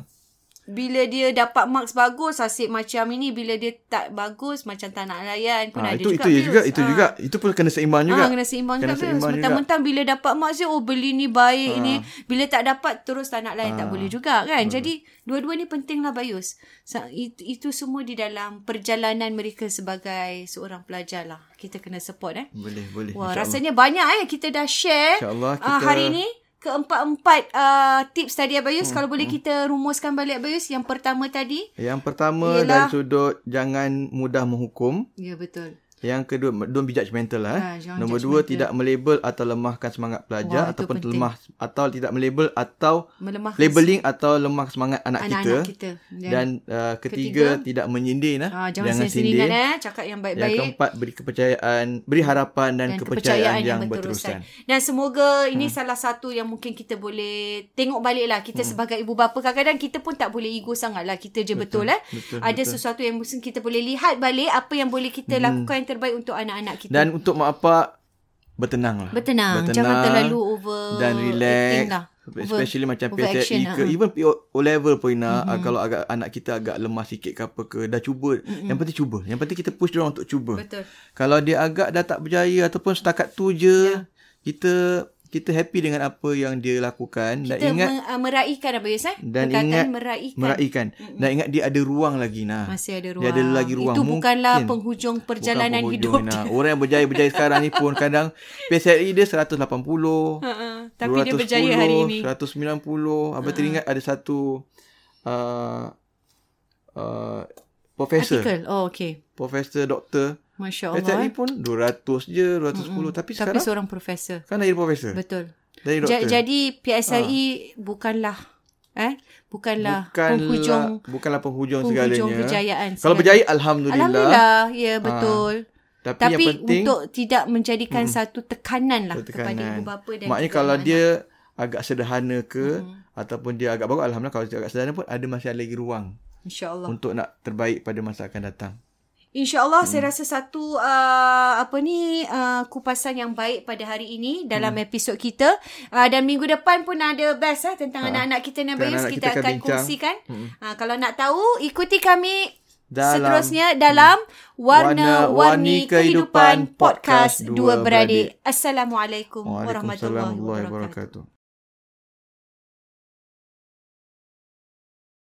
Speaker 1: bila dia dapat marks bagus asyik macam ini bila dia tak bagus maccan tak nak layan pun ada
Speaker 2: Ah, itu
Speaker 1: juga
Speaker 2: itu ya juga
Speaker 1: views.
Speaker 2: itu
Speaker 1: Ah.
Speaker 2: juga itu pun kena seimbang juga.
Speaker 1: Ah, kena seimbang
Speaker 2: Kena
Speaker 1: juga views.
Speaker 2: seimbang juga. Ah.
Speaker 1: Mentang-mentang bila dapat marks dia oh beli ni baik ini bila tak dapat terus tak nak layan tak boleh juga kan. Jadi dua-dua ni penting lah Bayus. Sa- itu, itu semua di dalam perjalanan mereka sebagai seorang pelajar lah. Kita kena support eh.
Speaker 2: Boleh boleh.
Speaker 1: Wah,
Speaker 2: Insya-
Speaker 1: rasanya banyak eh kita dah share.
Speaker 2: InsyaAllah
Speaker 1: Ah,
Speaker 2: kita-
Speaker 1: hari ni keempat-empat uh, tips tadi
Speaker 2: Hmm,
Speaker 1: Abayus. Kalau boleh kita rumuskan balik Abayus. Yang pertama tadi.
Speaker 2: Yang pertama
Speaker 1: Yelah.
Speaker 2: dari sudut jangan mudah menghukum.
Speaker 1: Ya, betul.
Speaker 2: Yang kedua don't be judgmental lah. eh.
Speaker 1: Ah, jangan
Speaker 2: Nombor dua tidak melabel atau lemahkan semangat
Speaker 1: Wah,
Speaker 2: pelajar
Speaker 1: itu
Speaker 2: ataupun
Speaker 1: penting.
Speaker 2: lemah atau tidak melabel atau
Speaker 1: Melemahkan
Speaker 2: labeling atau lemah semangat anak
Speaker 1: anak-anak
Speaker 2: kita.
Speaker 1: kita. ya.
Speaker 2: Dan uh, ketiga, tidak menyindir nah.
Speaker 1: ah, jangan, jangan sendiri eh. Cakap yang
Speaker 2: Yang
Speaker 1: baik-baik.
Speaker 2: keempat beri kepercayaan, beri harapan dan,
Speaker 1: dan
Speaker 2: kepercayaan, yang berterusan.
Speaker 1: Dan semoga ini salah satu yang mungkin kita boleh tengok balik lah.
Speaker 2: Hmm.
Speaker 1: Kita sebagai ibu bapa kadang-kadang kita pun tak boleh ego sangat lah. Kita je betul, eh.
Speaker 2: betul,
Speaker 1: Ada sesuatu yang mungkin kita boleh lihat balik apa yang boleh kita lakukan yang terbaik untuk anak-anak kita.
Speaker 2: Hmm. Dan untuk mak apa bertenanglah.
Speaker 1: Bertenang. Jangan terlalu over
Speaker 2: dan relax.
Speaker 1: acting lah. Over-
Speaker 2: Especially macam
Speaker 1: overaction,
Speaker 2: PSLE E, ke
Speaker 1: ah.
Speaker 2: even PO O level pun Ina mm-hmm. kalau agak anak kita agak lemah sikit ke apa ke dah cuba. Mm-hmm. Yang penting cuba. Yang penting kita push dia orang untuk cuba.
Speaker 1: Betul.
Speaker 2: Kalau dia agak dah tak berjaya ataupun setakat
Speaker 1: Ya.
Speaker 2: tu je yeah. kita kita happy dengan apa yang dia lakukan dan
Speaker 1: Kita
Speaker 2: ingat
Speaker 1: ingat, meraikan apa Yus eh?
Speaker 2: dan
Speaker 1: Perkataan
Speaker 2: ingat
Speaker 1: meraikan.
Speaker 2: meraikan. Mm-hmm. Dan ingat dia ada ruang lagi nah.
Speaker 1: Masih ada ruang.
Speaker 2: Dia ada lagi ruang.
Speaker 1: Itu bukanlah
Speaker 2: Mungkin.
Speaker 1: penghujung perjalanan
Speaker 2: Bukan
Speaker 1: hidup
Speaker 2: penghujung,
Speaker 1: dia.
Speaker 2: Ina. Orang yang berjaya-berjaya sekarang ni pun kadang PSLE E dia 180.
Speaker 1: Ha-ha. Tapi dia [LAUGHS] berjaya hari ini. Ah.
Speaker 2: 190. Abang teringat ada satu uh, uh, profesor,
Speaker 1: Artikel. Oh, okay.
Speaker 2: profesor doktor.
Speaker 1: Masya Allah. eh. Hmm.
Speaker 2: PSLE pun 200 je, 210. Tapi
Speaker 1: Tapi
Speaker 2: sekarang
Speaker 1: seorang profesor.
Speaker 2: kan dari profesor.
Speaker 1: Betul.
Speaker 2: Dari
Speaker 1: Ja,
Speaker 2: doktor. Ah.
Speaker 1: jadi PSLE E bukanlah eh bukanlah,
Speaker 2: bukanlah
Speaker 1: penghujung
Speaker 2: bukanlah penghujung,
Speaker 1: penghujung
Speaker 2: lah segalanya.
Speaker 1: kejayaan.
Speaker 2: Kalau
Speaker 1: segala-
Speaker 2: berjaya alhamdulillah.
Speaker 1: Alhamdulillah. Ya, betul.
Speaker 2: Tapi,
Speaker 1: Tapi,
Speaker 2: yang penting Hmm.
Speaker 1: untuk tidak menjadikan satu tekanan lah kepada
Speaker 2: tekanan.
Speaker 1: ibu bapa dan
Speaker 2: Maknanya
Speaker 1: juga
Speaker 2: kalau
Speaker 1: anak-anak.
Speaker 2: dia agak sederhana ke ataupun dia agak bagus alhamdulillah kalau dia agak sederhana pun ada masih ada lagi ruang
Speaker 1: InsyaAllah.
Speaker 2: untuk nak terbaik pada masa akan datang.
Speaker 1: InsyaAllah hmm. saya rasa satu uh, apa ni uh, kupasan yang baik pada hari ini dalam hmm. episod kita uh, dan minggu depan pun ada best eh, tentang anak-anak kita ni
Speaker 2: Ha. Tentang
Speaker 1: Bayus
Speaker 2: anak-anak
Speaker 1: kita,
Speaker 2: kita akan
Speaker 1: akan
Speaker 2: bincang.
Speaker 1: kongsikan. Hmm. Uh, kalau nak tahu ikuti kami
Speaker 2: Dalam-
Speaker 1: seterusnya dalam warna-warni
Speaker 2: Warna-Warni
Speaker 1: kehidupan
Speaker 2: Kehidupan
Speaker 1: podcast
Speaker 2: Podcast
Speaker 1: dua
Speaker 2: Dua
Speaker 1: beradik.
Speaker 2: Beradik.
Speaker 1: Assalamualaikum
Speaker 2: Waalaikumsalam
Speaker 1: warahmatullahi
Speaker 2: warahmatullahi
Speaker 1: wabarakatuh.
Speaker 2: wabarakatuh.